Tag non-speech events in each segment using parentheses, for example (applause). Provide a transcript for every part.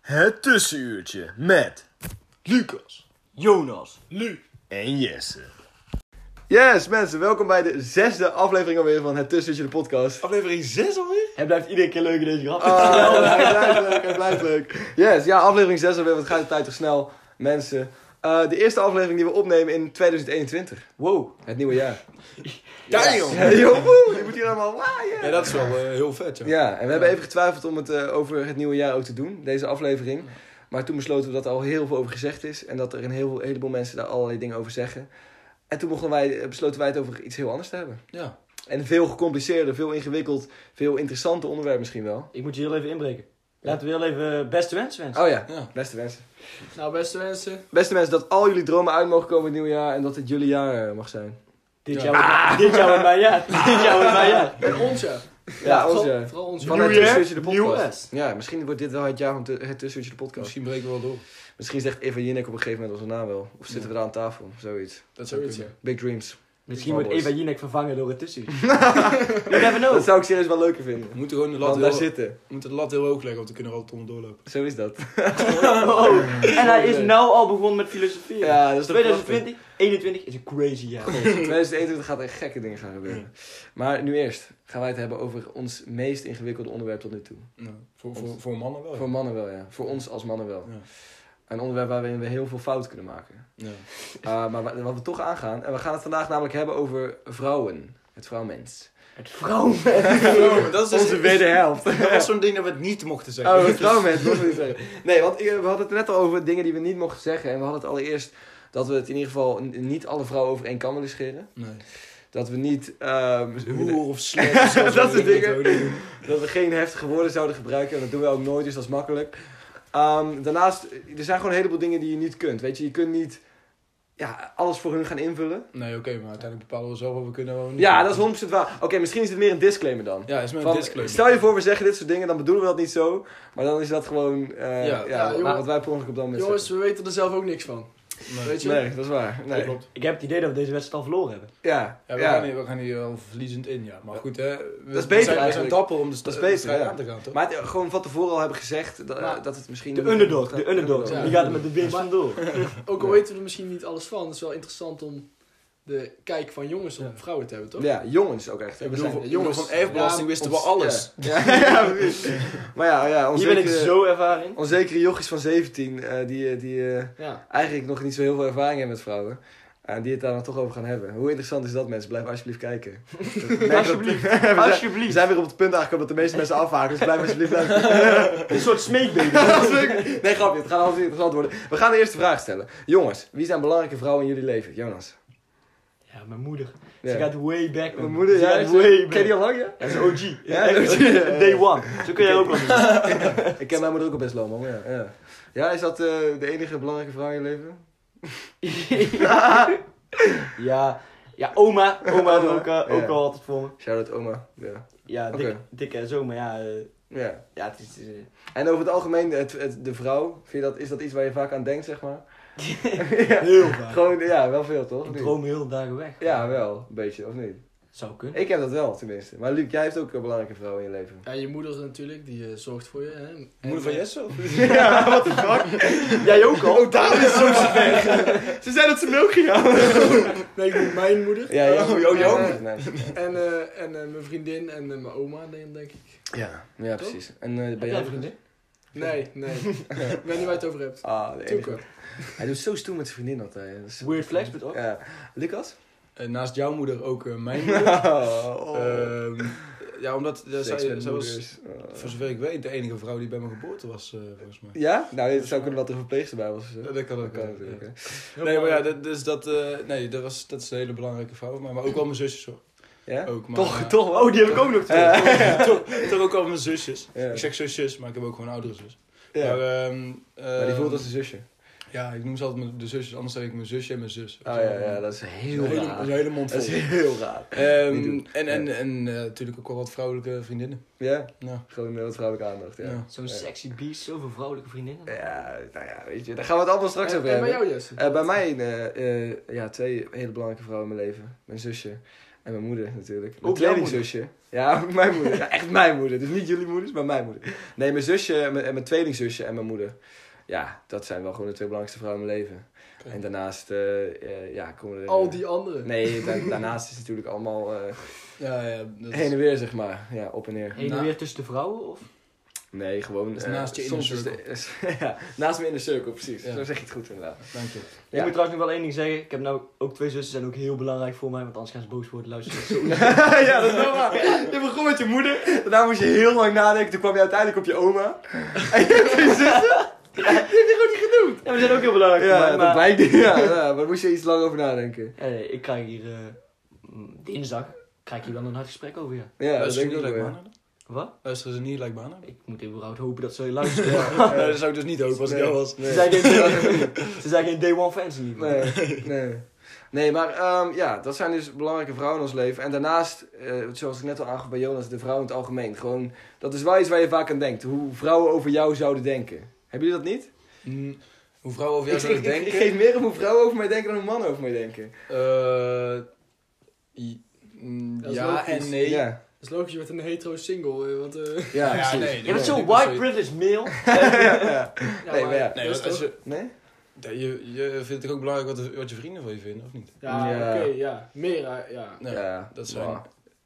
Het tussenuurtje met Lucas, Jonas. Lu en Jesse. Yes, mensen, welkom bij de zesde aflevering alweer van Het Tussenuurtje, de podcast. Aflevering 6 alweer? Hij blijft iedere keer leuk in deze grap. (laughs) Oh, hij blijft leuk, hij blijft leuk. Yes, ja, aflevering 6 alweer, wat gaat de tijd toch snel, mensen. Eh, de eerste aflevering die we opnemen in 2021, Wow. het nieuwe jaar. Ja, joh. Ja, joh, woe, je moet hier allemaal waaien. Ja, dat is wel eh, heel vet, joh. Ja, en we hebben even getwijfeld om het eh, over het nieuwe jaar ook te doen, deze aflevering. Maar toen besloten we dat er al heel veel over gezegd is en dat er een, heel, een heleboel mensen daar allerlei dingen over zeggen. En toen mochten wij, eh, besloten wij het over iets heel anders te hebben. Ja. En veel gecompliceerder, veel ingewikkeld, veel interessanter onderwerp misschien wel. Ik moet je heel even inbreken. Laten we heel even eh, beste wensen wensen. Oh ja, Ja. beste wensen. Nou, beste mensen. Beste mensen, dat al jullie dromen uit mogen komen in het nieuwe jaar en dat het jullie jaar eh, mag zijn. Dit, Ja. jaar wordt, Ah. dit jaar wordt mijn (laughs) jaar. Dit jaar wordt mijn jaar. En ons, ja. Ja, ons Vooral- jaar. Vooral ons, Van ja. het tussenuurtje de Nieuw podcast. us. Ja, misschien wordt dit wel het jaar van tu- het tussenuurtje de podcast. Misschien breken we wel door. Misschien zegt Eva Jinek op een gegeven moment onze naam wel. Of zitten we daar aan tafel, zoiets. Dat zou iets, ja. Big dreams. Misschien Oh, wordt boys. Eva Jinek vervangen door het (laughs) tussenuurtje. you never know. Dat zou ik serieus wel leuker vinden. We moeten gewoon de lat, Want daar heel, zitten. we moeten de lat heel hoog leggen, want we kunnen er altijd onder doorlopen. Zo is (laughs) dat. Oh, En hij is nou al begonnen met filosofie. Ja, dat is toch prachtig. 2020, 21 is een crazy jaar. 2021 gaat er gekke dingen gaan gebeuren. Maar nu eerst gaan wij het hebben over ons meest ingewikkelde onderwerp tot nu toe. Nou, voor, voor, voor mannen wel, ja. Voor mannen wel, Oh. ja. Voor ons als mannen wel. Ja. Een onderwerp waarin we heel veel fout kunnen maken. Ja. Eh, maar wat- wat we toch aangaan, en we gaan het vandaag namelijk hebben over vrouwen. Het vrouwmens. Het (laughs) vrouw. Oh, dat is dus- wederhelft. Dat was zo'n ding dat we het niet mochten zeggen. Oh, het vrouwmens, mocht ik niet zeggen. Nee, want eh, we hadden het net al over dingen die we niet mochten zeggen. En we hadden het allereerst dat we het in ieder geval n- niet alle vrouwen over één kam willen scheren. (laughs) Nee. Dat we niet. ehm, Hoer of (laughs) slecht. Dat soort dingen. dingen. dat we geen heftige woorden zouden gebruiken. En dat doen we ook nooit, dus dat is makkelijk. Ehm, daarnaast, er zijn gewoon een heleboel dingen die je niet kunt. Weet je, je kunt niet ja, alles voor hun gaan invullen. Nee, oké, maar uiteindelijk bepalen we zelf wat we kunnen en wat we niet Ja, kunnen. dat is 100% waar. Oké, misschien is het meer een disclaimer dan. Ja, is mijn Van, disclaimer. Stel je voor, we zeggen dit soort dingen, dan bedoelen we dat niet zo. Maar dan is dat gewoon eh, Ja. ja, Ja, jongen. wat wij per ongeluk op dat moment Jongens, zeggen. we weten er zelf ook niks van. Nee. Weet je? Nee, dat is waar. Dat Nee. klopt. Ik heb het idee dat we deze wedstrijd al verloren hebben. Ja, Ja, we, ja. Gaan hier, we gaan hier wel verliezend in, ja. Maar goed, hè. We, beter we zijn, we zijn eigenlijk. dapper om de, st- Dat is de beter, strijd ja. aan te gaan, toch? Maar het- gewoon van tevoren al hebben gezegd dat, Maar- dat het misschien... De underdog, de underdog. Ja. Die gaat er met de winst vandoor. Ook al weten we er misschien niet alles van, het is wel interessant om de kijk van jongens op Ja. vrouwen te hebben, toch? Ja, jongens ook echt. Ik We bedoel, zijn- van, jongens, jongens, van erfbelasting ja, wisten we ons- alles. Ja, (laughs) ja, precies. Maar ja, ja Hier ben ik onzekere, zo ervaren in. onzekere jochies van 17 eh, die, eh, die eh, Ja. eigenlijk nog niet zo heel veel ervaring hebben met vrouwen. En die het daar dan toch over gaan hebben. Hoe interessant is dat, mensen? Blijf alsjeblieft kijken. Alsjeblieft. (laughs) We zijn- We Alsjeblieft. zijn weer op het punt aangekomen dat de meeste mensen afhaken. Dus blijf alsjeblieft luisteren. (laughs) Een soort smeekbaby. nee, grapje. Het gaat altijd interessant worden. We gaan de eerste vraag stellen. Jongens, wie zijn belangrijke vrouwen in jullie leven? Jonas. Ja, mijn moeder. Ja. Ze gaat way back. man. Mijn moeder, Ze ja. gaat way Ken je die back. al lang, ja? Dat is OG. Ja, Echt, OG, ja, ja. Day one. Zo kun jij ook wel doen. Ik ken mijn moeder ook al best lang, man. Ja, ja. ja, is dat eh, de enige belangrijke vrouw in je leven? (laughs) ja. Ja, oma. Oma is ook, eh, Ja. ook al altijd voor me. Shout-out oma. Ja. Ja, dik, Oké. dikke en zo, maar ja. eh, ja. ja, het is... eh, En over het algemeen, het, het, de vrouw, vind je dat, is dat iets waar je vaak aan denkt, zeg maar? eh, (laughs) (laughs) heel vaak. Gewoon, ja, wel veel toch? Ik Niet? droom heel de dagen weg. Ja, wel, een beetje, of niet? Zou kunnen. Ik heb dat wel, tenminste. Maar Luc, jij hebt ook een belangrijke vrouw in je leven. Ja, je moeder natuurlijk, die eh, zorgt voor je. Hè? En- eh, Moeder van Jesse? of- (laughs) ja, wat de fuck? Jij ook al? daarom is zo ver. Ze zei dat ze melk ging halen. Nee, ik bedoel mijn moeder. Ja, ja. Oh, joh, joh. Ja, nee. En, eh, en eh, mijn vriendin en eh, mijn oma, denk, denk ik. ja, ja, precies. En eh ben Heb jij jij een vriendin? Nee, (laughs) nee. ik weet niet waar je het over hebt. Ah, de enige. Toeke. Hij doet zo stoer met zijn vriendin altijd. Dat is- Weird flex, but ook. Ja. Lucas? Eh, naast jouw moeder ook eh, (laughs) mijn moeder. Ehm, ja, omdat eh, Oh. Seks zij, met zij was, moeders. Oh. voor zover ik weet, de enige vrouw die bij mijn geboorte was, eh, volgens mij. Ja? Nou, het zou kunnen dat er een verpleegster bij was. of zo. Ja, dat kan Dat ook. kan ja. natuurlijk, hè. Nee, maar ja, dat, dus dat, eh, nee, dat, was, dat is een hele belangrijke vrouw. Maar, maar ook wel mijn zusjes hoor. Ja? Ook, maar, Toch, eh, toch wel. Oh, die heb ik ook nog terug. (laughs) toch, toch ook wel mijn zusjes. Ja. Ik zeg zusjes, maar ik heb ook gewoon een oudere zus. Ja. Maar, ehm, maar die ehm, voelt als een zusje. Ja, ik noem ze altijd mijn- de zusjes, anders zeg ik mijn zusje en mijn zus. Oh ja, ja, dat is heel Een hele, raar. een hele mond vol. Dat is Eh, heel raar. Ehm, Niet doen. en en, en eh, natuurlijk ook wel wat vrouwelijke vriendinnen. Ja, Ja. gewoon heel vrouwelijke aandacht, ja. Ja. Zo'n Ja. sexy beast, zoveel vrouwelijke vriendinnen. Ja, nou ja, weet je, daar gaan we het allemaal straks En, over en bij hebben. jou, Jesse? Eh, bij mij, eh, eh, ja, twee hele belangrijke vrouwen in mijn leven. Mijn zusje En mijn moeder natuurlijk. Mijn Ook jouw tweelingzusje. Ja, (laughs) mijn moeder. Ja, echt mijn moeder. Dus niet jullie moeders, maar mijn moeder. Nee, mijn zusje en mijn, en mijn tweelingzusje en mijn moeder. Ja, dat zijn wel gewoon de twee belangrijkste vrouwen in mijn leven. Oké. En daarnaast, eh, eh, ja, komen er... Al die anderen. Nee, da- daarnaast is het natuurlijk allemaal eh, Ja, ja. Dat is- heen en weer, zeg maar. Ja, op en neer. Heen en Nou. weer tussen de vrouwen of? Nee, gewoon... Dus eh, naast je inner soms is de- (laughs) ja, naast mijn inner circle, precies. Ja. Zo zeg je het goed, (laughs) inderdaad. Dank je. Ja. Ik moet trouwens nog wel één ding zeggen. Ik heb nou ook twee zussen, zijn ook heel belangrijk voor mij, want anders gaan ze boos worden. (laughs) Luister, dat is zo ja, dat is wel (laughs) waar. Je begon met je moeder, daarna moest je heel lang nadenken. Toen kwam je uiteindelijk op je oma. En je hebt twee zussen. Ja, we zijn ook heel belangrijk voor mij, Ja, dat maar... blijkt (laughs) niet. Ja, ja, maar daar moest je iets lang over nadenken. Ja, nee, ik krijg hier... eh, mm, dinsdag krijg ik hier wel een hard gesprek over, ja. Ja, dat Luisteren denk ze ik ook wel. niet ja. gelijkbaar naar? Wat? Luisteren ze niet gelijkbaar (laughs) naar? Ik moet überhaupt hopen dat ze (laughs) luisteren. Eh, dat zou ik dus niet hopen als ik Nee. jou was. Nee. Ze, zijn geen, ze zijn geen day one fans in ieder geval. (laughs) Nee, nee. Nee, maar ehm, ja, dat zijn dus belangrijke vrouwen in ons leven. En daarnaast, eh, zoals ik net al aangaf bij Jonas, de vrouw in het algemeen. Gewoon, dat is wel iets waar je vaak aan denkt. Hoe vrouwen over jou zouden denken. Hebben jullie dat niet? Mm, hoe vrouwen over jou ik, zouden ik, ik, denken? ik geef meer om hoe vrouwen over mij denken dan hoe mannen over mij denken. Eh, i- mm, Dat is ja logisch. en nee. Ja, Dat is logisch, je bent een hetero single. eh, Want, eh, ja, Ja, precies. nee, Je bent zo- zo'n ik white was- privileged male. ja, Nee, maar ja. Nee, (laughs) dat want is als toch- je, Nee? je, je vindt het ook belangrijk wat, de- wat je vrienden van je vinden, of niet? Ja, Ja. oké, ja. Meer, eh, ja. Nou, ja. Dat zijn Wow.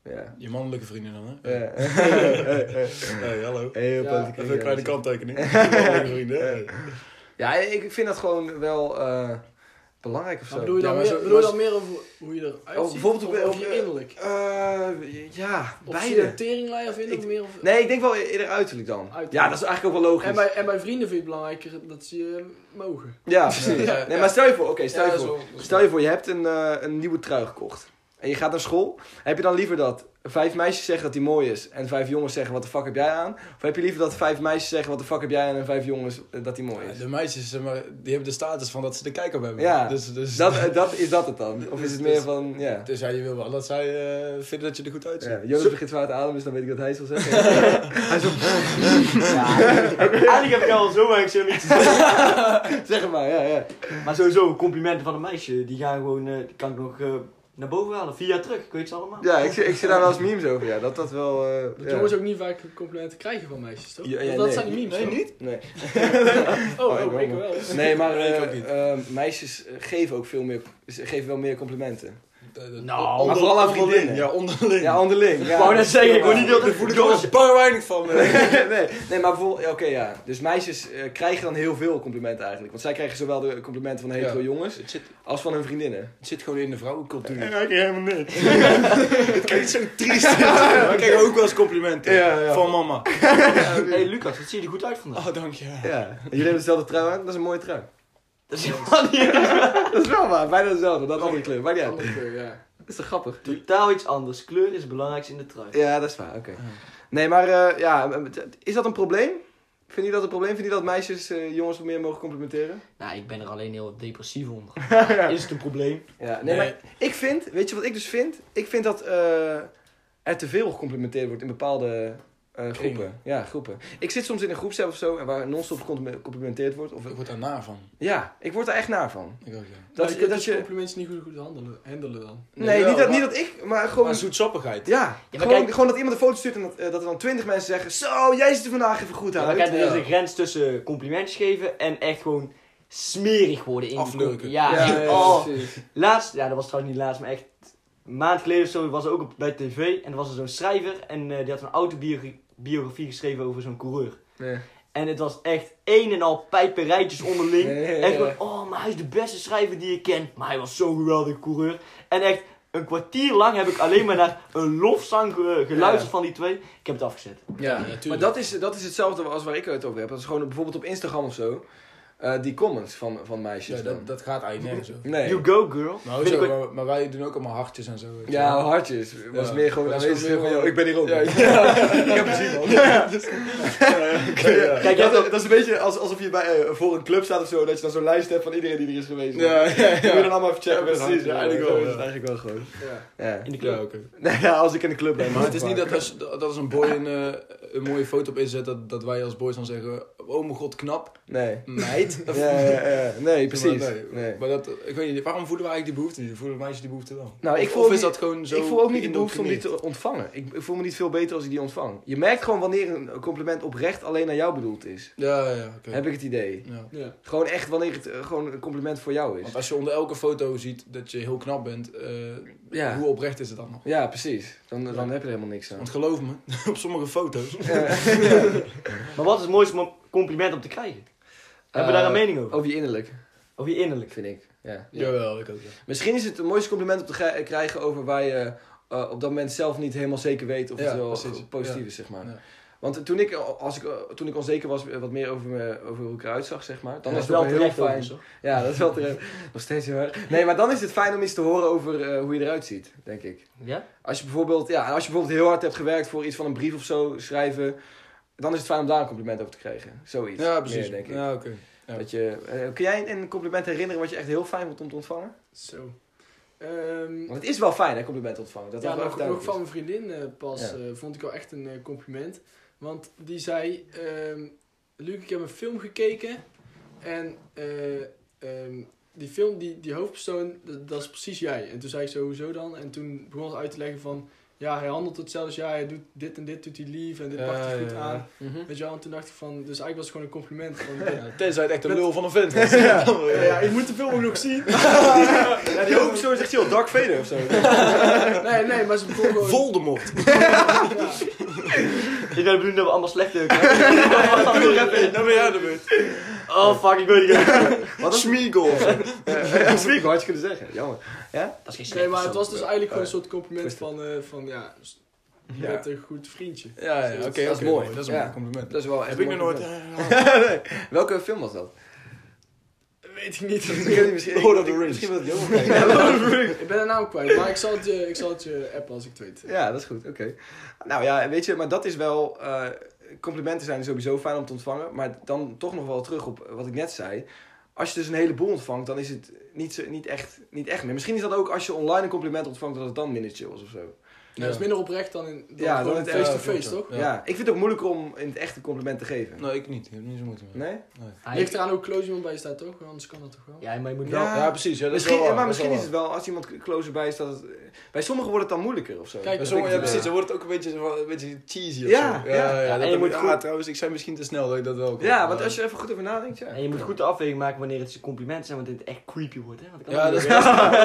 Ja. je mannelijke vrienden dan, hè? Ja. (laughs) Hey, hallo. Heel Ja, politiek. Even een kleine (laughs) kanttekening. Mannelijke vrienden. hey. Ja, ik vind dat gewoon wel eh, belangrijk of Maar zo. bedoel je Ja, dan, maar meer, zo- bedoel je maar dan meer over hoe je eruit ziet? Oh, bijvoorbeeld of op- over op- je innerlijk? Eh, ja, Of zie je beide. een teringlijn of in Ik- of meer? Of... Nee, ik denk wel e- eerder uiterlijk dan. Uiterlijk. Ja, dat is eigenlijk ook wel logisch. En, bij, en bij vrienden vind je het belangrijker dat ze je mogen. Ja, (laughs) precies. Ja, nee, ja. maar stel je voor, oké, stel je Ja, dat is voor. wel- dat is Stel je voor, je hebt een, eh, een nieuwe trui gekocht. En je gaat naar school. Heb je dan liever dat vijf meisjes zeggen dat die mooi is en vijf jongens zeggen wat de fuck heb jij aan? Of heb je liever dat vijf meisjes zeggen wat de fuck heb jij aan en vijf jongens eh, dat die mooi Ja, is? De meisjes, zeg maar, die hebben de status van dat ze de kijk op hebben. Ja. Dus, dus, Dat, eh, dat, is dat het dan? Of is het meer Dus- van, ja. (laughs) dus ja, je wil wel dat zij eh, vinden dat je er goed uitziet. ja Jonas begint zwaar te ademen, dus dan weet ik wat hij zal zeggen. Ja, eigenlijk heb ik al zo weinig zin om iets te zeggen. (laughs) zeg het maar, ja, ja. Maar sowieso, complimenten van een meisje, die gaan gewoon, eh, die kan ik nog eh, naar boven halen. Vier jaar terug, ik weet ze allemaal. Ja, ik, zie- ik zie daar wel eens memes over, ja. Dat dat wel... eh, Dat ja. jongens ook niet vaak complimenten krijgen van meisjes, toch? Ja, ja, Want dat nee. zijn memes, Nee, toch? niet? Nee. Oh, Oh, ik oh, ik wel. wel. (laughs) Nee, maar Nee, ik eh, ook niet. eh, meisjes eh, geven ook veel meer, ze geven wel meer complimenten. Eh, dat- Nou, onder- maar vooral aan onderling. vriendinnen. Ja, onderling. Ja, onderling. Ik Ja, wou net zeggen, ik word niet heel Daar te voel voelen. ik er bar weinig van. eh. (laughs) nee, nee, maar bijvoorbeeld, ja, oké ja. Dus meisjes eh, krijgen dan heel veel complimenten eigenlijk. Want zij krijgen zowel de complimenten van de hetero Ja. jongens Het zit, als van hun vriendinnen. het zit gewoon in de vrouwencultuur. (laughs) Ja, ik helemaal niks. Het klinkt zo triest. We krijgen ook wel eens complimenten. Ja, ja. Van mama. Hé hey, Lucas, wat zie je er goed uit vandaag? Oh, dank je. Ja. En Jullie hebben dezelfde trui aan, dat is een mooie trui. Dat is helemaal niet (laughs) Dat is wel waar, bijna dezelfde, dat andere kleur, maakt niet uit. Andere kleur, eh, ja. Dat is toch grappig? Totaal iets anders. Kleur is het belangrijkste in de trui. Ja, dat is waar, oké. Nee, maar eh, ja, is dat een probleem? Vind je dat een probleem? Vind je dat meisjes eh, jongens wat meer mogen complimenteren? Nou, ik ben er alleen heel depressief onder. (laughs) ja. Is het een probleem? Ja, nee, Nee. maar ik vind, weet je wat ik dus vind? Ik vind dat eh, er te veel gecomplimenteerd wordt in bepaalde eh, groepen. Kringen. Ja, groepen. Ik zit soms in een groepsapp of zo en waar non-stop gecomplimenteerd wordt. Of, Ik word daar na van. ja, ik word er echt naar van. Ik ook, ja. Dat, Maar je dat, kunt dus je, complimenten niet goed, goed handelen, handelen dan. nee, Nee, wel, niet, dat, maar- niet dat ik, maar gewoon... Maar zoetsappigheid. ja, maar gewoon, kijk- gewoon dat iemand een foto stuurt en dat, eh, dat er dan twintig mensen zeggen... Zo, jij ziet er vandaag even goed Ja, uit. maar kijk, er is Ja. een grens tussen eh, complimentjes geven en echt gewoon smerig worden in de Aflurken. compli- Ja, Ja, echt. ja, oh. precies. Laatst, ja, dat was trouwens niet laatst, maar echt een maand geleden of zo was er ook op, bij tv en er was er zo'n schrijver en eh, die had een autobiografie geschreven over zo'n coureur. Nee. En het was echt een en al pijperijtjes onderling. Nee, nee, echt nee. gewoon, oh, maar hij is de beste schrijver die ik ken. Maar hij was zo'n geweldige coureur. En echt, een kwartier lang heb ik alleen maar naar een lofzang eh, geluisterd Ja. van die twee. Ik heb het afgezet. Ja, natuurlijk. maar dat is, dat is hetzelfde als waar ik het over heb. Dat is gewoon bijvoorbeeld op Instagram of zo. eh, die comments van, van meisjes. Ja, dan. dat, dat gaat (laughs) eigenlijk nergens over. Nee. You go, girl. Maar, Nou, hoezo, Binnenkort- maar, maar wij doen ook allemaal hartjes en zo. weet je Ja, wel. hartjes. Was Ja. meer gewoon Ja, aanwezig is gewoon van, meer yo, ik ben hier ook. Ja, ik heb er zin man. (laughs) Oké, ja. Kijk, jij dat, hebt dat is een beetje als, alsof je bij, eh, voor een club staat of zo, dat je dan zo'n lijst hebt van iedereen die er is geweest. Ja, ja, Moet je ja. dan allemaal even checken. Ja, precies. met een handje. Ja, eigenlijk Zo wel, is ja. het eigenlijk wel gewoon. Ja. Ja. in de club. Ja, oké. Nou ja, (laughs) als ik in de club ben. Dus Maar het is niet dat als, dat als een boy een, eh, een mooie foto op inzet, dat, dat wij als boys dan zeggen, oh mijn god, knap, Nee. meid. Ja, ja, ja. Nee, precies. Maar, (laughs) nee. Nee. maar dat, ik weet niet, waarom voelen we eigenlijk die behoefte niet? Voelen meisjes die behoefte wel? Nou, ik Of- voel of ook is niet- dat gewoon zo Ik voel ook niet de behoefte om die geïndoctrineerd? te ontvangen. Ik, ik voel me niet veel beter als ik die ontvang. Je merkt gewoon wanneer een compliment oprecht alleen naar jou bedoeld is. Ja, ja, oké. Heb ik het idee. Ja. Ja. Gewoon echt wanneer het eh, gewoon een compliment voor jou is. Want als je onder elke foto ziet dat je heel knap bent, eh, Ja. hoe oprecht is het dan nog? Ja, precies. Dan, dan heb je er helemaal niks aan. Want geloof me, (laughs) op sommige foto's. Maar wat is het mooiste mo- compliment om te krijgen? Hebben we daar een Eh, mening over? Over je innerlijk, Of je innerlijk? vind ik. Ja. Jawel, ik ook. Ja. Misschien is het het mooiste compliment om te ge- krijgen over waar je eh, op dat moment zelf niet helemaal zeker weet of Ja, het wel eh, precies. positief Ja. is, zeg maar. Ja. Want toen ik, eh, als ik, eh, toen ik onzeker was, eh, wat meer over, me, over hoe ik eruit zag, zeg maar. Dan Dat is is het wel heel terecht fijn. overigens, hoor. Ja, dat is wel terecht. Nog steeds heel erg. Nee, maar dan is het fijn om iets te horen over eh, hoe je eruit ziet, denk ik. Ja? Als je, bijvoorbeeld, ja, en als je bijvoorbeeld heel hard hebt gewerkt voor iets van een brief of zo schrijven, dan is het fijn om daar een compliment over te krijgen. Zoiets. Ja, precies. meer, denk ik. Ja, oké. Ja. Dat je, eh, kun jij een compliment herinneren wat je echt heel fijn vond om te ontvangen? Zo. Ehm, Want het is wel fijn, hè, complimenten ontvangen. Dat ja, dat wel nog, even nog duidelijk van mijn vriendin eh, pas Ja. eh, vond ik wel echt een eh, compliment. Want die zei, ehm Luc, ik heb een film gekeken. En eh, ehm, die film, die, die hoofdpersoon, dat, dat is precies jij. En toen zei ik zo, hoezo dan? En toen begon ze uit te leggen van, ja, hij handelt hetzelfde als jij. Hij doet dit en dit, doet hij lief en dit Ja, pakt hij ja, goed ja. aan. is. Mhm. Weet je wel, en toen dacht ik van, dus eigenlijk was het gewoon een compliment. Van, Ja, tenzij het echt een Met- lul van een vent was. Ja, (laughs) ja, ja, ik moet de film ook nog zien. Ja, die ook zo is echt heel Dark Vader of zo. Nee, nee, maar ze begon gewoon... Voldemort. Ja. (laughs) Ik ben de bedoeling dat we allemaal slecht doen. hè? (laughs) Dan ben jij de beurt. Oh fuck, ik weet het niet. Wat een (laughs) Smeagol. of zo. smeek, had je kunnen zeggen. Jammer. Dat is geen Nee, slecht maar het was dus eigenlijk gewoon Oh, een soort compliment Twister. van, eh, van ja, s- je Ja. bent een goed vriendje. Ja, ja, oké. Dat is oké, mooi. Dat is een Ja. mooi compliment. Dat is wel echt Heb ik een nog mooi nooit. compliment. eh, Nee. (laughs) Welke film was dat? Weet ik (laughs) niet. Ik weet niet, misschien, Lord of the Rings. misschien wil ik die ook nog kijken. ik ben de naam kwijt, maar ik zal het je, ik zal het je appen als ik het weet. Ja, dat is goed. Oké. Nou ja, weet je, maar dat is wel. eh, complimenten zijn sowieso fijn om te ontvangen. Maar dan toch nog wel terug op wat ik net zei. Als je dus een heleboel ontvangt, dan is het niet, zo, niet, echt, niet echt meer. Misschien is dat ook als je online een compliment ontvangt, dat het dan minder chill is of zo. Ja, dat is minder oprecht dan in dan Ja, gewoon dan het- face-to-face, ja, toch? Ja. Ja. ik vind het ook moeilijk om in het echt een compliment te geven. Nee, ik niet. Ik heb niet zo moeite mee. Nee? Ligt eraan hoe close iemand bij je staat, toch? Anders kan dat toch wel? Ja, maar je moet Ja. wel... Ja, precies. Ja, dat Misschien, is wel waar, maar dat misschien is wel het wel, als iemand closer bij is, dat het... Bij sommigen wordt het dan moeilijker of zo. Kijk, Ja, Dat sommige- ik ja, het precies. idee. Dan wordt het ook een beetje, wel een beetje cheesy of Ja, zo. ja. ja, en dat je heb moet ik- goed- ah, trouwens, ik zei misschien te snel dat ik dat wel kon. Ja, want als je er even goed over nadenkt, ja. En je moet goed de afweging maken wanneer het een compliment zijn, want dit echt creepy wordt, hè? Want ik, kan Ja, dat dat niet is,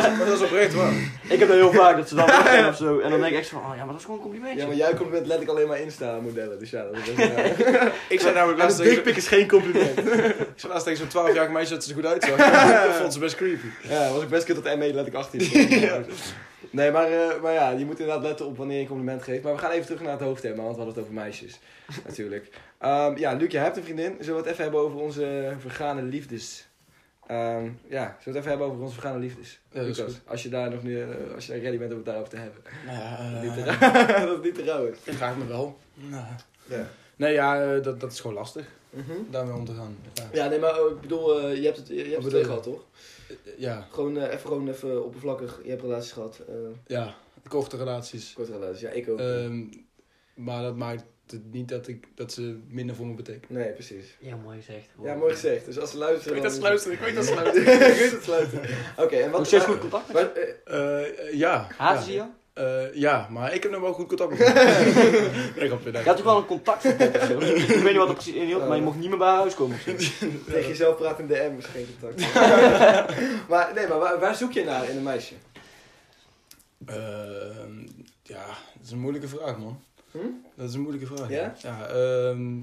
meer. maar dat is oprecht waar. (laughs) ik heb dat heel vaak, dat ze (laughs) dan weg zijn of zo. En dan denk ik echt zo van, oh ja, maar dat is gewoon een compliment. Ja, maar jij komt met letterlijk alleen maar Insta-modellen, dus ja, dat is best raar. (laughs) Ik Nou, zei namelijk laatst En een tegen is geen compliment. ik zei laatst tegen zo'n 12-jarig meisje dat ze er goed uitzag. (laughs) dat vond ze best creepy. ja, was ik best kut dat ME letterlijk 18 (laughs) stond. Nee, maar, eh, maar ja, je moet inderdaad letten op wanneer je een compliment geeft. Maar we gaan even terug naar het hoofdthema, want we hadden het over (laughs) meisjes. natuurlijk. Ehm, ja, Luc, jij hebt een vriendin. Zullen we het even hebben over onze vergane liefdes? Ehm, ja, zullen we het even hebben over onze vergane liefdes? Ja, dat is Lucas, Als je daar nog niet, eh, als je daar ready bent om het daarover te hebben. Nou, Niet te rauw- (laughs) dat is niet te rauw is. ik vraag me wel. Nou. Ja. Nee, ja, eh, dat, dat is gewoon lastig. Daarmee om te gaan. Ja. Mhm. Ja, nee, maar eh, ik bedoel, eh, je hebt het, je hebt het bedoel twee je? gehad, toch? ja. Gewoon eh, even, gewoon even oppervlakkig. Je hebt relaties gehad, eh, Ja, korte relaties. korte relaties. Ja, ik ook. Ehm, maar dat maakt het niet dat, ik, dat ze minder voor me betekenen. Nee, precies. Ja, mooi gezegd. hoor. Ja, mooi gezegd. Dus als ze luisteren... dan- luisteren, ik (laughs) weet dat ze ik weet dat ze luisteren. Oké, en wat... Nog steeds goed contact met Maar, ze? eh, ja. Haten ze ja. je? Eh, ja, maar ik heb nog wel goed (laughs) contact met haar. nee, grapje, nee. Je had ook wel een contact of (laughs) zo. Ik weet niet wat er precies inhield, maar je mocht niet meer bij haar huis (laughs) komen of zo. tegen jezelf praten in DM is geen contact. (laughs) maar nee, maar waar, waar zoek je naar in een meisje? Ehm, ja, dat is een moeilijke vraag, man. Hm? Dat is een moeilijke vraag. Ja? Ja, ehm,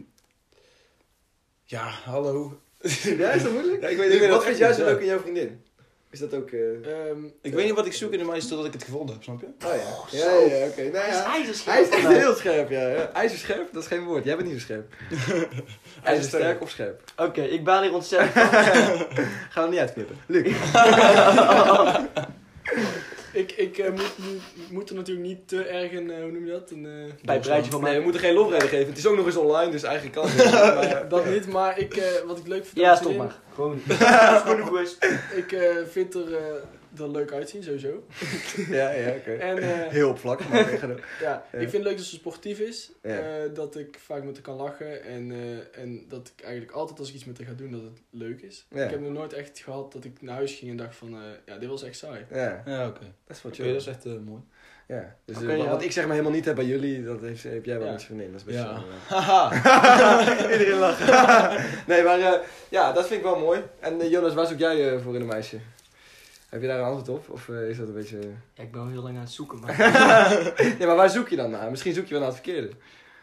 ja hallo. Ja, is dat moeilijk? Ja, ik Dus dat wat echt vind jij niet, zo ja. leuk in jouw vriendin? Is dat ook... eh, Ehm, Ik weet niet wat ik zoek in een meisje totdat ik het gevonden heb, snap je? Oh ja. ja, ja, ja, oké. Nou Hij is ja. ijzerscherp. (laughs) Hij is echt vandaag. heel scherp, ja. ja. IJzerscherp, dat is geen woord. Jij bent niet zo (laughs) scherp. IJzersterk of scherp. Oké, ik baal hier ontzettend (laughs) van. Gaan we niet uitknippen. Luc. ik ik eh, moet, moet- moet er natuurlijk niet te erg een, eh, hoe noem je dat? Een, eh, Bij het rijtje van Nee, we mij. moeten geen lofreden geven. Het is ook nog eens online, dus eigenlijk kan het (laughs) niet. Maar, eh, dat niet, maar ik, eh, wat ik leuk vind aan Ja, mijn stop (laughs) vriendin- (laughs) maar. Gewoon. Dat is genoeg geweest. Ik eh, vind er eh, er leuk uitzien, sowieso. Ja, ja, oké. En eh, Heel opvlak, maar weer gedaan. ja, Ja. ik vind het leuk dat ze sportief is. Ja. eh, dat ik vaak met haar kan lachen. En, eh, en dat ik eigenlijk altijd als ik iets met haar ga doen, dat het leuk is. Ja. Ik heb nog nooit echt gehad dat ik naar huis ging en dacht van... eh, ja, dit was echt saai. Ja, Ja, oké. dat is wel Oké, chill. dat is echt eh, mooi. Ja. Dus Oké, eh, wat, ja. wat ik zeg maar helemaal niet heb bij jullie, dat heeft, heb jij wel Ja. met je vriendin. Dat is best Ja. wel... eh, Haha! (laughs) Iedereen lacht. (laughs) nee, maar eh, ja, dat vind ik wel mooi. En eh, Jonas, waar zoek jij eh, voor in een meisje? Heb je daar een antwoord op? Of eh, is dat een beetje... Ja, ik ben wel heel lang aan het zoeken, (laughs) maar nee, maar waar zoek je dan naar? Misschien zoek je wel naar het verkeerde.